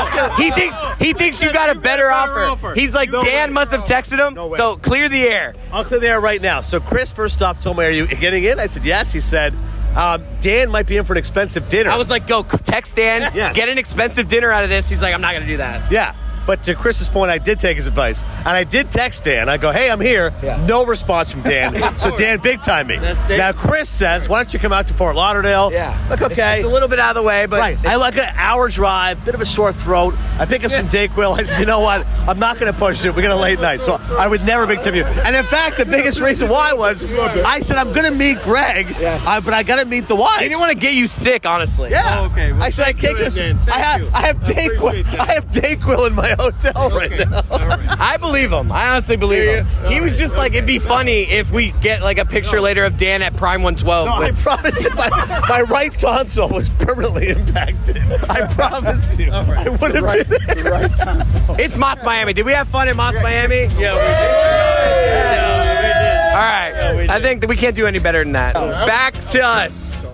Speaker 4: He thinks. He thinks you got a better offer. He's like, Dan must have texted him. So clear the air.
Speaker 10: I'll clear the air right now. So Chris first off told me, "Are you getting in?" I said, "Yes." He said, um, "Dan might be in for an expensive dinner."
Speaker 4: I was like, go text Dan.
Speaker 10: Yeah.
Speaker 4: Get an expensive dinner out of this. He's like, I'm not gonna do that.
Speaker 10: Yeah. But to Chris's point, I did take his advice. And I did text Dan. I go, hey, I'm here. No response from Dan. so Dan big time me. Now, Chris says, why don't you come out to Fort Lauderdale? Yeah. Like, okay.
Speaker 4: It's a little bit out of the way, but.
Speaker 10: Right. I like an hour drive, bit of a sore throat. I pick up some Dayquil. I said, you know what? I'm not going to push it. We got a late night. So I would never big time you. And in fact, the biggest reason why was I said, I'm going to meet Greg, uh, but I got to meet the wife.
Speaker 4: He didn't want to get you sick, honestly.
Speaker 10: Yeah.
Speaker 5: okay.
Speaker 10: I said I can't get.
Speaker 4: again.
Speaker 10: I have, I have Dayquil. I have Dayquil in my hotel right now.
Speaker 4: I believe him. I honestly believe him. He was just like, it'd be funny if we get like a picture later of Dan at Prime 112.
Speaker 10: No, I
Speaker 4: with-
Speaker 10: promise you, my, my right tonsil was permanently impacted. I promise you. I would have been
Speaker 4: it's Moss Miami. Did we have fun at Moss Miami? Yeah, we did. All right. I think that we can't do any better than that. Back to us.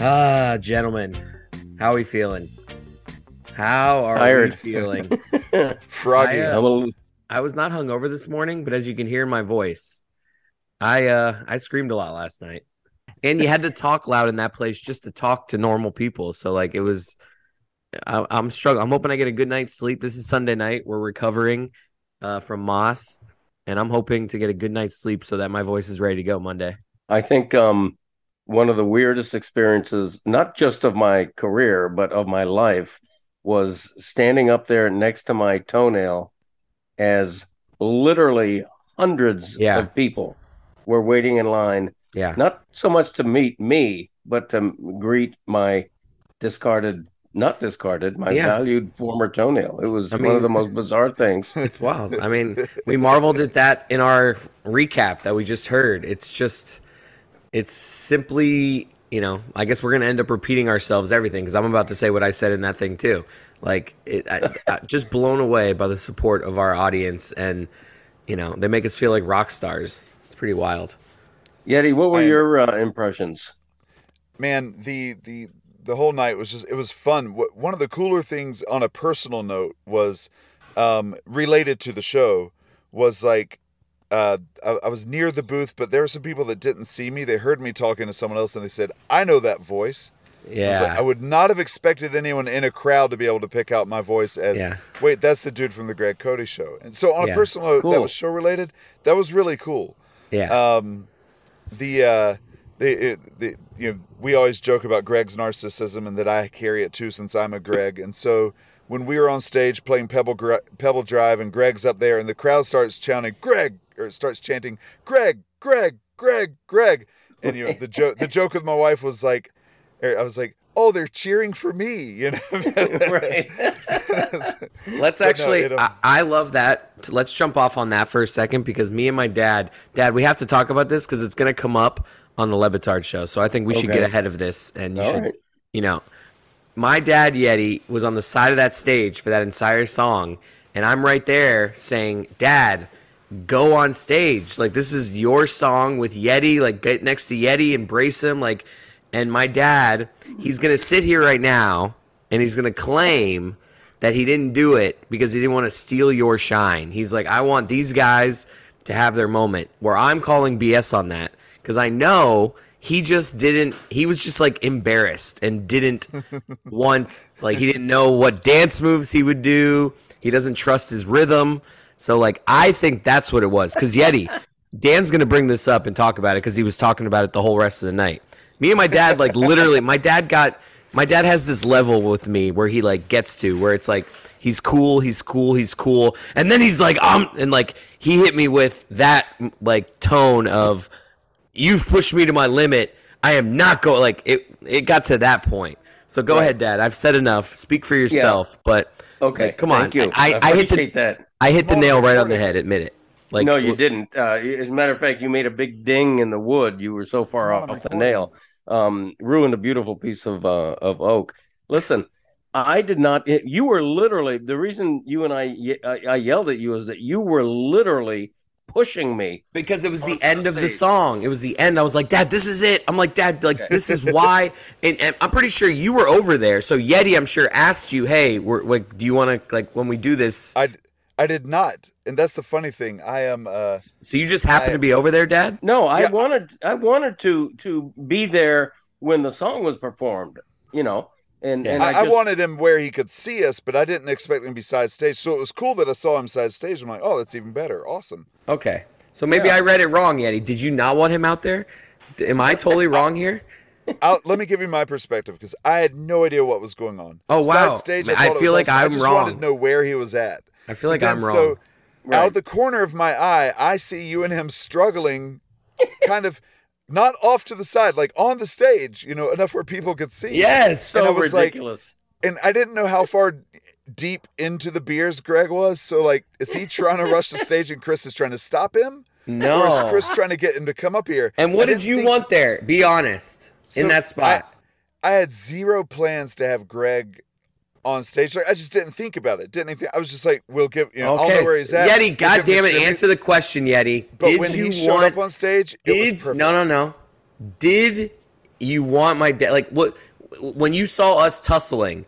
Speaker 4: Ah, gentlemen, how are we feeling? How are
Speaker 5: Tired.
Speaker 4: we feeling?
Speaker 5: Froggy.
Speaker 4: I, uh,
Speaker 5: I'm a little-
Speaker 4: I was not hungover this morning, but as you can hear in my voice, I uh I screamed a lot last night. And you had to talk loud in that place just to talk to normal people. So like it was I, I'm struggling. I'm hoping I get a good night's sleep. This is Sunday night. We're recovering uh from Moss, and I'm hoping to get a good night's sleep so that my voice is ready to go Monday.
Speaker 5: I think um, one of the weirdest experiences, not just of my career, but of my life, was standing up there next to my toenail as literally hundreds
Speaker 4: Yeah.
Speaker 5: of people were waiting in line.
Speaker 4: Yeah.
Speaker 5: Not so much to meet me, but to greet my discarded, not discarded, my
Speaker 4: Yeah.
Speaker 5: valued former toenail. It was
Speaker 4: I
Speaker 5: one
Speaker 4: mean-
Speaker 5: of the most bizarre things.
Speaker 4: It's wild. I mean, we marveled at that in our recap that we just heard. It's just, it's simply, you know, I guess we're going to end up repeating ourselves everything because I'm about to say what I said in that thing too. Like, it, I, I, just blown away by the support of our audience. And, you know, they make us feel like rock stars. It's pretty wild.
Speaker 5: Yeti, what were your uh, impressions?
Speaker 6: man the the the whole night was just it was fun Wh- one of the cooler things on a personal note was um related to the show was like uh I, I was near the booth but there were some people that didn't see me they heard me talking to someone else and they said i know that voice I was like,
Speaker 4: Yeah.
Speaker 6: I would not have expected anyone in a crowd to be able to pick out my voice as,
Speaker 4: Yeah.
Speaker 6: wait, that's the dude from the Greg Cody show. And so, on
Speaker 4: Yeah.
Speaker 6: a personal note, that
Speaker 4: Cool.
Speaker 6: was show related. That was really cool.
Speaker 4: Yeah.
Speaker 6: Um, the uh, the, it, the you know we always joke about Greg's narcissism and that I carry it too since I'm a Greg. and so when we were on stage playing Pebble Gr- Pebble Drive and Greg's up there and the crowd starts chanting Greg or starts chanting Greg Greg Greg Greg and you know the joke the joke with my wife was like I was like oh they're cheering for me you know
Speaker 5: right.
Speaker 4: Let's
Speaker 6: But no,
Speaker 4: actually.
Speaker 6: it, um,
Speaker 4: I, I love that. Let's jump off on that for a second because me and my dad, Dad, we have to talk about this because it's going to come up on the Lebitard show. So I think we should
Speaker 5: Okay.
Speaker 4: get ahead of this, and you
Speaker 5: All
Speaker 4: should,
Speaker 5: right.
Speaker 4: you know, my dad Yeti was on the side of that stage for that entire song, and I'm right there saying, "Dad, go on stage. Like this is your song with Yeti. Like get next to Yeti, embrace him. Like." And my dad, he's gonna sit here right now, and he's gonna claim that he didn't do it because he didn't want to steal your shine. He's like, I want these guys to have their moment. Where I'm calling BS on that because I know he just didn't. He was just like embarrassed and didn't want like he didn't know what dance moves he would do. He doesn't trust his rhythm. So like I think that's what it was because Yeti. Dan's gonna bring this up and talk about it because he was talking about it the whole rest of the night. Me and my dad, like literally, my dad got my dad has this level with me where he like gets to where it's like he's cool, he's cool, he's cool, and then he's like um and like he hit me with that like tone of you've pushed me to my limit. I am not going like it. It got to that point. So go ahead, Dad. I've said enough. Speak for yourself. But
Speaker 5: Okay,
Speaker 4: like, come on.
Speaker 5: thank you.
Speaker 4: I, I,
Speaker 5: I
Speaker 4: hit the
Speaker 5: appreciate that.
Speaker 4: I hit the nail right on the head. Admit it. Like
Speaker 5: no, you didn't. Uh, as a matter of fact, you made a big ding in the wood. You were so far off the nail, um, ruined a beautiful piece of uh, of oak. Listen, I did not. it- you were literally the reason you and I, ye- I I yelled at you is that you were literally pushing me
Speaker 4: because it was the end of the song. It was the end. I was like, Dad, this is it. I'm like, Dad, like this is why. And, and I'm pretty sure you were over there. So Yeti, I'm sure, asked you, Hey, we're, like, do you want to like when we do this?
Speaker 6: I I did not, and that's the funny thing. I am. Uh,
Speaker 4: so you just happened
Speaker 6: I-
Speaker 4: to be over there, Dad.
Speaker 5: No, I wanted I wanted to to be there when the song was performed. You know, and and
Speaker 6: I,
Speaker 5: I,
Speaker 6: I
Speaker 5: just-
Speaker 6: wanted him where he could see us, but I didn't expect him to be side stage. So it was cool that I saw him side stage. I'm like, oh, that's even better. Awesome.
Speaker 4: Okay. So maybe
Speaker 6: Yeah.
Speaker 4: I read it wrong, Yeti. Did you not want him out there? D- Am I totally wrong here?
Speaker 6: I'll, let me give you my perspective because I had no idea what was going on.
Speaker 4: Oh, wow.
Speaker 6: Side stage,
Speaker 4: I
Speaker 6: thought it
Speaker 4: feel
Speaker 6: was
Speaker 4: like
Speaker 6: awesome.
Speaker 4: I'm
Speaker 6: I just wanted
Speaker 4: wrong.
Speaker 6: to know where he was at.
Speaker 4: I feel like
Speaker 6: But
Speaker 4: I'm
Speaker 6: then,
Speaker 4: wrong.
Speaker 6: So, out the corner of my eye, I see you and him struggling, kind of not off to the side, like on the stage, you know, enough where people could see.
Speaker 4: Yes.
Speaker 6: and
Speaker 4: So
Speaker 6: I was
Speaker 5: ridiculous.
Speaker 6: Like, and I didn't know how far deep into the beers Greg was. So, like, is he trying to rush the stage and Chris is trying to stop him? Or
Speaker 4: No.
Speaker 6: is Chris trying to get him to come up here?
Speaker 4: And what
Speaker 6: I
Speaker 4: did
Speaker 6: didn't
Speaker 4: you
Speaker 6: think-
Speaker 4: want there? Be honest.
Speaker 6: So
Speaker 4: in that spot.
Speaker 6: I, I had zero plans to have Greg on stage. Like I just didn't think about it. Didn't think, I was just like, we'll give you know, I'll
Speaker 4: Okay,
Speaker 6: know where he's at. We'll
Speaker 4: Yeti,
Speaker 6: give him
Speaker 4: goddamn
Speaker 6: a
Speaker 4: it,
Speaker 6: tribute.
Speaker 4: answer the question, Yeti.
Speaker 6: But
Speaker 4: did
Speaker 6: when he
Speaker 4: you
Speaker 6: showed
Speaker 4: want,
Speaker 6: up on stage, it was
Speaker 4: did, no, no, no. Did you want my dad? Like what? When you saw us tussling,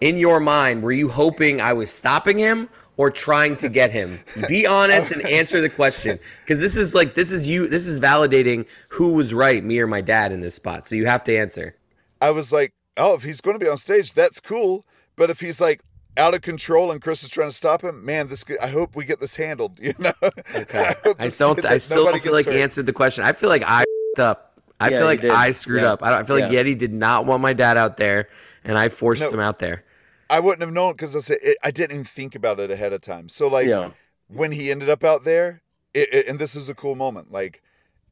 Speaker 4: in your mind, were you hoping I was stopping him or trying to get him? Be
Speaker 6: Oh.
Speaker 4: honest and answer the question, because this is like this is you. This is validating who was right, me or my dad, in this spot. So you have to answer.
Speaker 6: I was like, oh, if he's going to be on stage, that's cool. But if he's like out of control and Chris is trying to stop him, man, this. could- I hope we get this handled. You know. Okay.
Speaker 4: I still, I still don't feel like he answered the question. I feel like I f***ed up. I
Speaker 6: Yeah,
Speaker 4: feel
Speaker 6: you
Speaker 4: like
Speaker 6: did.
Speaker 4: I screwed
Speaker 6: Yeah.
Speaker 4: up. I, don't, I feel like
Speaker 6: Yeah.
Speaker 4: Yeti did not want my dad out there, and I forced
Speaker 6: No.
Speaker 4: him out there.
Speaker 6: I wouldn't have known because I said it, I didn't even think about it ahead of time. So like
Speaker 4: Yeah.
Speaker 6: when he ended up out there, it, it- and this is a cool moment. Like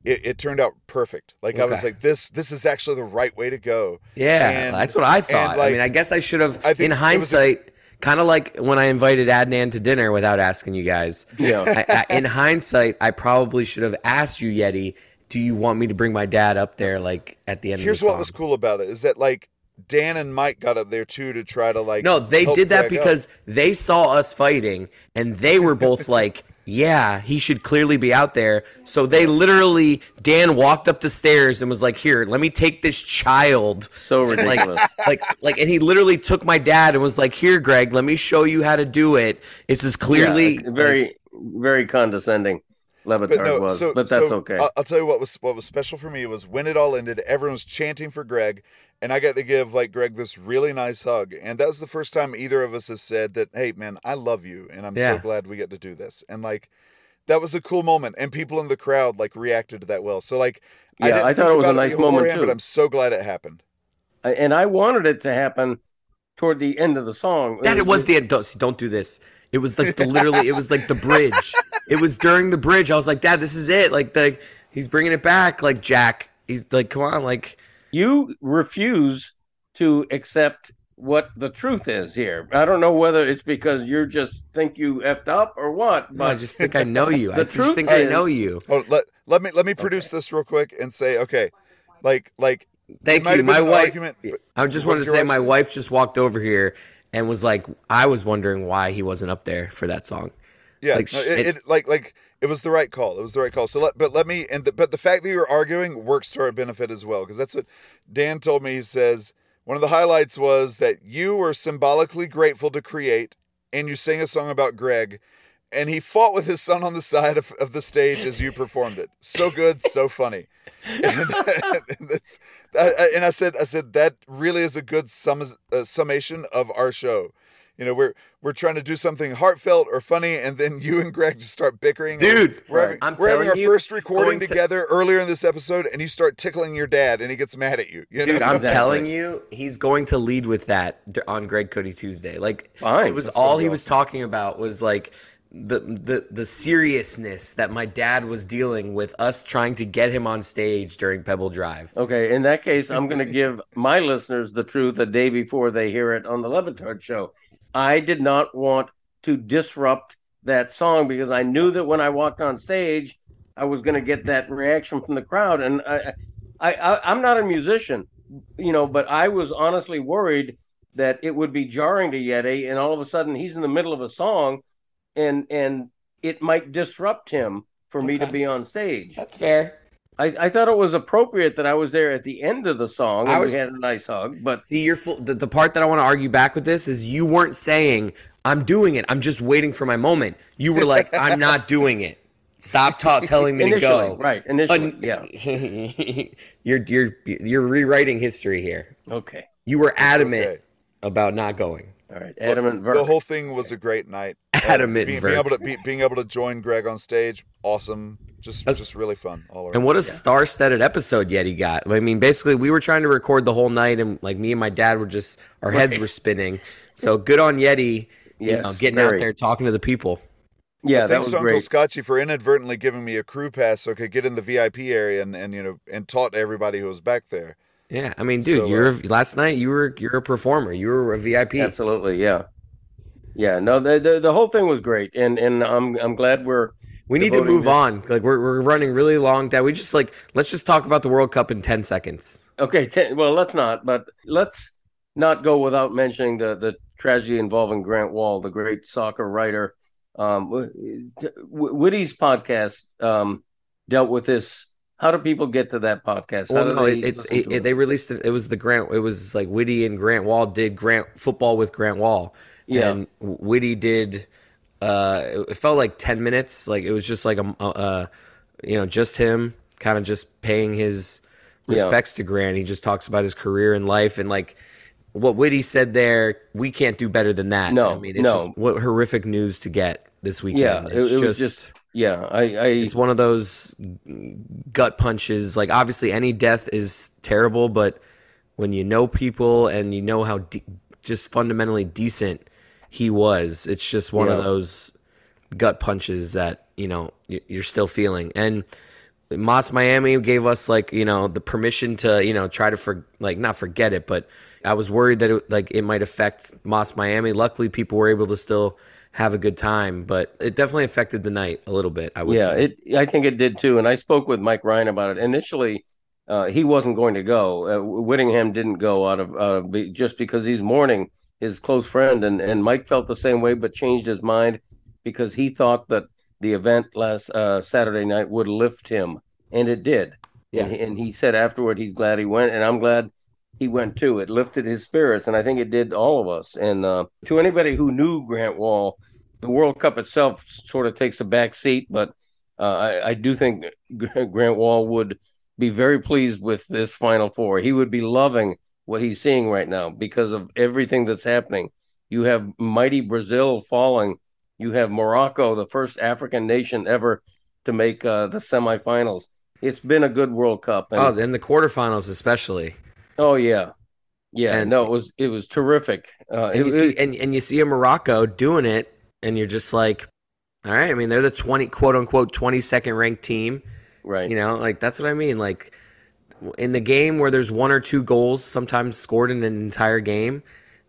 Speaker 6: it, it turned out perfect. Like I was
Speaker 4: Okay.
Speaker 6: like this. This is actually the right way to go.
Speaker 4: Yeah,
Speaker 6: And-
Speaker 4: that's what I
Speaker 6: and,
Speaker 4: thought. I
Speaker 6: like,
Speaker 4: mean, I guess I should have,
Speaker 6: I
Speaker 4: in
Speaker 6: think it was a-
Speaker 4: hindsight, kind of like when I invited Adnan to dinner without asking you guys.
Speaker 6: Yeah.
Speaker 4: I, I, in hindsight, I probably should have asked you, Yeti, do you want me to bring my dad up there, like at the end
Speaker 6: here's
Speaker 4: of the
Speaker 6: what
Speaker 4: song?
Speaker 6: was cool about it is that like Dan and Mike got up there too to try to like
Speaker 4: no, they
Speaker 6: help
Speaker 4: did that
Speaker 6: Greg up.
Speaker 4: because they saw us fighting, and they were both like. Yeah, he should clearly be out there. So they literally, Dan walked up the stairs and was like, "Here, let me take this child."
Speaker 5: So
Speaker 4: Like-
Speaker 5: ridiculous.
Speaker 4: like like and he literally took my dad and was like here greg let me show you how to do it this is clearly
Speaker 5: Yeah, very, very condescending. Levitard was, but that's
Speaker 6: so uh,
Speaker 5: okay.
Speaker 6: I'll, I'll tell you what was what was special for me was when it all ended. Everyone was chanting for Greg, and I got to give like Greg this really nice hug. And that was the first time either of us has said that, "Hey, man, I love you, and I'm
Speaker 4: Yeah.
Speaker 6: so glad we get to do this." And like, that was a cool moment, and people in the crowd like reacted to that well. So like,
Speaker 5: Yeah, I thought
Speaker 6: think
Speaker 5: it was a
Speaker 6: about
Speaker 5: nice moment,
Speaker 6: beforehand,
Speaker 5: too.
Speaker 6: but I'm so glad it happened.
Speaker 5: I- and I wanted it to happen toward the end of the song.
Speaker 4: that it was the end don't, don't do this it was like the literally it was like the bridge it was during the bridge i was like dad this is it like the he's bringing it back like jack he's like come on like
Speaker 5: you refuse to accept what the truth is here. I don't know whether it's because you just think you effed up or what, but
Speaker 4: No, I just think I know you. I
Speaker 5: The
Speaker 4: just
Speaker 5: truth
Speaker 4: think I
Speaker 5: is-
Speaker 4: know you.
Speaker 6: Oh, let let me let me produce this real quick and say, okay, like like. it
Speaker 4: Thank
Speaker 6: might
Speaker 4: you.
Speaker 6: have been
Speaker 4: My
Speaker 6: an
Speaker 4: wife.
Speaker 6: argument, but-
Speaker 4: I just
Speaker 6: what
Speaker 4: wanted
Speaker 6: did
Speaker 4: to
Speaker 6: your
Speaker 4: say,
Speaker 6: wife
Speaker 4: my wife just walked over here and was like, I was wondering why he wasn't up there for that song.
Speaker 6: Yeah,
Speaker 4: Like,
Speaker 6: no,
Speaker 4: sh-
Speaker 6: it,
Speaker 4: it-
Speaker 6: it, like like it was the right call. It was the right call. So, let, but let me and the, but the fact that you were arguing works to our benefit as well because that's what Dan told me. He says one of the highlights was that you were symbolically grateful to create, and you sang a song about Greg, and he fought with his son on the side of, of the stage as you performed it. So good, so funny. And, and, that's, I- I- and I said, I said that really is a good sum, uh, summation of our show. You know, we're we're trying to do something heartfelt or funny, and then you and Greg just start bickering.
Speaker 4: Dude,
Speaker 6: we're having,
Speaker 4: I'm
Speaker 6: we're having
Speaker 4: telling
Speaker 6: our
Speaker 4: you,
Speaker 6: first
Speaker 4: it's
Speaker 6: recording
Speaker 4: going to-
Speaker 6: together earlier in this episode, and you start tickling your dad, and he gets mad at you. you
Speaker 4: Dude,
Speaker 6: know?
Speaker 4: I'm telling you, he's going to lead with that d- on Greg Cody Tuesday. Like
Speaker 5: Fine.
Speaker 4: it was
Speaker 5: That's
Speaker 4: all
Speaker 5: gonna be
Speaker 4: he was talking about was like the the the seriousness that my dad was dealing with us trying to get him on stage during Pebble Drive.
Speaker 5: Okay, in that case, I'm going to give my listeners the truth a day before they hear it on the Levitard show. I did not want to disrupt that song because I knew that when I walked on stage, I was going to get that reaction from the crowd, and I, I, I, I'm not a musician, you know, but I was honestly worried that it would be jarring to Yeti, and all of a sudden he's in the middle of a song, and and it might disrupt him for me to be on stage.
Speaker 4: That's fair.
Speaker 5: I, I thought it was appropriate that I was there at the end of the song.
Speaker 4: I
Speaker 5: And
Speaker 4: was-
Speaker 5: we had a nice hug, but
Speaker 4: See, you're full, the, the part that I want to argue back with this is you weren't saying I'm doing it. I'm just waiting for my moment. You were like I'm not doing it. Stop ta- telling me to
Speaker 5: Initially,
Speaker 4: go.
Speaker 5: right, initially,
Speaker 4: yeah. you're you're you're rewriting history here.
Speaker 5: Okay.
Speaker 4: You were adamant about not going.
Speaker 5: All right.
Speaker 6: Look, The whole thing was a great night. Uh,
Speaker 4: Adamant
Speaker 6: being, being
Speaker 4: Verk.
Speaker 6: able to be, being able to join Greg on stage, awesome. Just
Speaker 4: That's-
Speaker 6: just really fun all around.
Speaker 4: And what a star-studded episode Yeti got. I mean, basically, we were trying to record the whole night, and like me and my dad were just our heads
Speaker 5: Right.
Speaker 4: were spinning. So good on Yeti, you know,
Speaker 5: Yes,
Speaker 4: getting
Speaker 5: very.
Speaker 4: out there talking to the people.
Speaker 5: Yeah, that
Speaker 6: thanks
Speaker 5: was
Speaker 6: to Uncle
Speaker 5: great.
Speaker 6: Scotchy for inadvertently giving me a crew pass so I could get in the VIP area and, and you know and taught everybody who was back there.
Speaker 4: Yeah, I mean, dude,
Speaker 6: So, uh,
Speaker 4: you're last night you were you're a performer, you were a VIP.
Speaker 5: Absolutely, yeah, yeah. No, the the, the whole thing was great, and and I'm I'm glad we're
Speaker 4: We need to
Speaker 5: devoting
Speaker 4: move
Speaker 5: this-
Speaker 4: on. Like we're we're running really long. That we just like let's just talk about the World Cup in ten seconds.
Speaker 5: Okay, ten, well, let's not, but let's not go without mentioning the the tragedy involving Grant Wall, the great soccer writer. Um, w- w- Woody's podcast um, dealt with this. How do people get to that podcast? How
Speaker 4: Well,
Speaker 5: do
Speaker 4: no,
Speaker 5: they
Speaker 4: it, it's
Speaker 5: listen
Speaker 4: it,
Speaker 5: to
Speaker 4: it, they released it. It was the Grant. It was like Whitty and Grant Wall did Grant football with Grant Wall.
Speaker 5: Yeah.
Speaker 4: and Whitty did. Uh, it- it felt like ten minutes. Like it was just like a, uh, you know, just him kind of just paying his
Speaker 5: Yeah.
Speaker 4: respects to Grant. He just talks about his career and life and like what Whitty said there. We can't do better than that.
Speaker 5: No,
Speaker 4: I mean, it's
Speaker 5: no.
Speaker 4: just what horrific news to get this weekend.
Speaker 5: Yeah, it-
Speaker 4: it's
Speaker 5: it
Speaker 4: just,
Speaker 5: was just- yeah. I, I
Speaker 4: it's one of those gut punches. Like obviously, any death is terrible, but when you know people and you know how de- just fundamentally decent he was, it's just one of
Speaker 5: Yeah.
Speaker 4: those gut punches that you know y- you're still feeling. And Moss Miami gave us like you know the permission to you know try to for like not forget it, but I was worried that it, like it might affect Moss Miami. Luckily, people were able to still have a good time, but it definitely affected the night a little bit. I would
Speaker 5: yeah,
Speaker 4: say.
Speaker 5: it. I think it did too. And I spoke with Mike Ryan about it. Initially, uh, he wasn't going to go. Uh, Whittingham didn't go out of uh, be, just because he's mourning his close friend, and and Mike felt the same way, but changed his mind because he thought that the event last uh, Saturday night would lift him, and it did.
Speaker 4: Yeah.
Speaker 5: And, he- and he said afterward, he's glad he went, and I'm glad he went too. It lifted his spirits, and I think it did all of us. And uh, to anybody who knew Grant Wall, the World Cup itself sort of takes a back seat, but uh, I, I do think Grant Wall would be very pleased with this Final Four. He would be loving what he's seeing right now because of everything that's happening. You have mighty Brazil falling. You have Morocco, the first African nation ever to make uh, the semifinals. It's been a good World Cup. and-
Speaker 4: Oh, in the quarterfinals especially.
Speaker 5: Oh yeah, yeah.
Speaker 4: And-
Speaker 5: no, it was it was terrific. Uh,
Speaker 4: and
Speaker 5: it-
Speaker 4: you see,
Speaker 5: it-
Speaker 4: and, and you see a Morocco doing it, and you're just like, all right. I mean, they're the twenty quote unquote twenty second ranked team,
Speaker 5: right?
Speaker 4: You know, like that's what I mean. Like in the game where there's one or two goals sometimes scored in an entire game,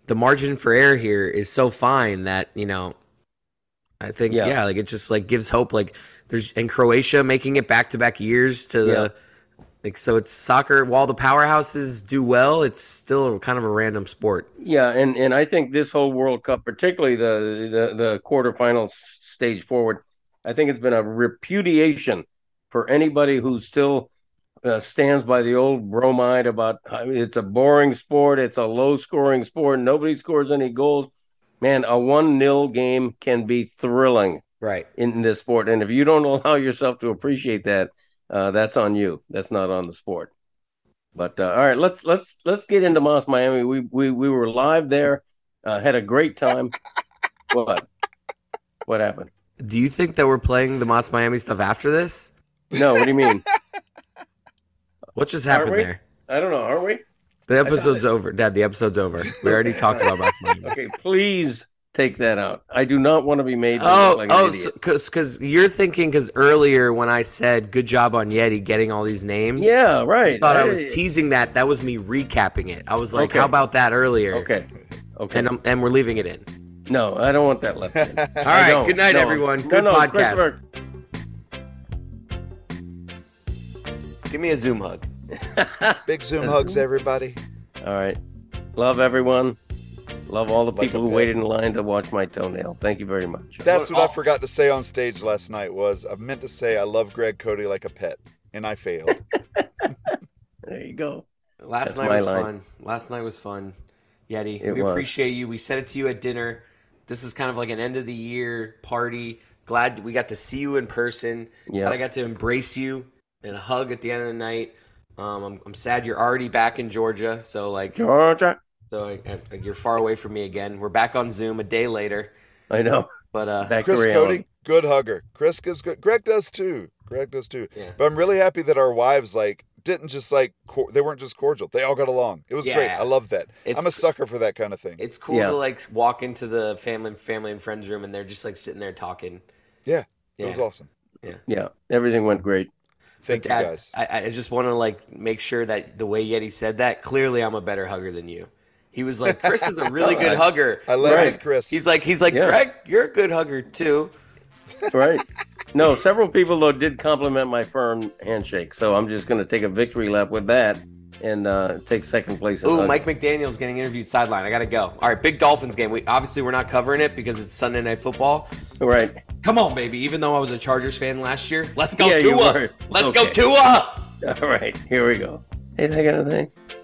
Speaker 4: the margin for error here is so fine that you know, I think yeah,
Speaker 5: Yeah.
Speaker 4: like it just like gives hope. Like there's and Croatia making it back to back years to
Speaker 5: Yeah.
Speaker 4: the. Like so, it's soccer. While the powerhouses do well, it's still kind of a random sport.
Speaker 5: yeah, and and I think this whole World Cup, particularly the the the quarterfinals stage forward, I think it's been a repudiation for anybody who still uh, stands by the old bromide about I mean, it's a boring sport, it's a low scoring sport, nobody scores any goals. Man, a one 0 game can be thrilling,
Speaker 4: right?
Speaker 5: In this sport, and if you don't allow yourself to appreciate that, uh, that's on you. That's not on the sport. But uh, all right, let's let's let's get into Moss Miami. We we we were live there, uh, had a great time. what what happened?
Speaker 4: Do you think that we're playing the Moss Miami stuff after this?
Speaker 5: No, what do you mean?
Speaker 4: What just
Speaker 5: Aren't
Speaker 4: happened
Speaker 5: we?
Speaker 4: there?
Speaker 5: I don't know. Are we?
Speaker 4: The episode's over, Dad. The episode's over. We already talked about Moss Miami.
Speaker 5: Okay, please take that out. I do not want to be made to look
Speaker 4: Oh,
Speaker 5: like an
Speaker 4: oh,
Speaker 5: idiot.
Speaker 4: because you're thinking because earlier when I said good job on Yeti getting all these names,
Speaker 5: Yeah, right.
Speaker 4: I thought I was
Speaker 5: Hey.
Speaker 4: teasing that. That was me recapping it. I was like,
Speaker 5: Okay.
Speaker 4: how about that earlier?
Speaker 5: Okay, okay.
Speaker 4: And I'm, and we're leaving it in.
Speaker 5: no, I don't want that left. in. all
Speaker 4: right, good night, everyone. Good podcast. Give me a Zoom hug.
Speaker 13: Big Zoom hugs, everybody.
Speaker 5: All right. Love everyone. Love all the
Speaker 13: Like
Speaker 5: people
Speaker 13: a
Speaker 5: who
Speaker 13: pig.
Speaker 5: waited in line to watch my toenail. Thank you very much.
Speaker 13: That's what I forgot to say on stage last night was I meant to say I love Greg Cody like a pet, and I failed.
Speaker 5: there you go.
Speaker 4: Last
Speaker 5: That's
Speaker 4: night
Speaker 5: my
Speaker 4: was
Speaker 5: line.
Speaker 4: fun. Last night was fun. Yeti,
Speaker 5: It
Speaker 4: we
Speaker 5: was.
Speaker 4: appreciate you. We said it to you at dinner. This is kind of like an end of the year party. Glad we got to see you in person.
Speaker 5: Yeah.
Speaker 4: Glad I got to embrace you and hug at the end of the night. Um, I'm, I'm sad you're already back in Georgia. So like
Speaker 5: Georgia.
Speaker 4: So I, I- you're far away from me again. We're back on Zoom a day later.
Speaker 5: I know.
Speaker 4: But uh,
Speaker 13: Chris Cody, good hugger. Chris gives good. Greg does too. Greg does too. But I'm really happy that our wives like didn't just like cor- they weren't just cordial. They all got along. It was great.
Speaker 4: Yeah.
Speaker 13: I love that.
Speaker 4: It's
Speaker 13: I'm a sucker for that kind of thing.
Speaker 4: It's cool to like walk into the family, family and friends room, and they're just like sitting there talking.
Speaker 13: Yeah,
Speaker 4: Yeah.
Speaker 13: it was awesome.
Speaker 4: Yeah.
Speaker 5: Yeah, everything went great.
Speaker 13: Thank you
Speaker 4: Dad,
Speaker 13: guys.
Speaker 4: I, I just want to like make sure that the way Yeti said that, clearly I'm a better hugger than you. He was like, Chris is a really good
Speaker 13: I-
Speaker 4: hugger.
Speaker 13: I love
Speaker 4: Greg-
Speaker 13: Chris.
Speaker 4: He's like, he's like,
Speaker 5: Yeah.
Speaker 4: Greg, you're a good hugger too.
Speaker 5: Right. No, several people though did compliment my firm handshake, so I'm just going to take a victory lap with that. and uh, take second place. in
Speaker 4: Ooh,
Speaker 5: Ugly.
Speaker 4: Mike McDaniel's getting interviewed sideline. I gotta go. All right, big Dolphins game. We obviously we're not covering it because it's Sunday night football.
Speaker 5: Right.
Speaker 4: Come on, baby. Even though I was a Chargers fan last year, let's go
Speaker 5: Yeah, you
Speaker 4: Tua.
Speaker 5: were.
Speaker 4: Let's
Speaker 5: Okay.
Speaker 4: go Tua.
Speaker 5: All right, here we go. Hey, did I got a thing?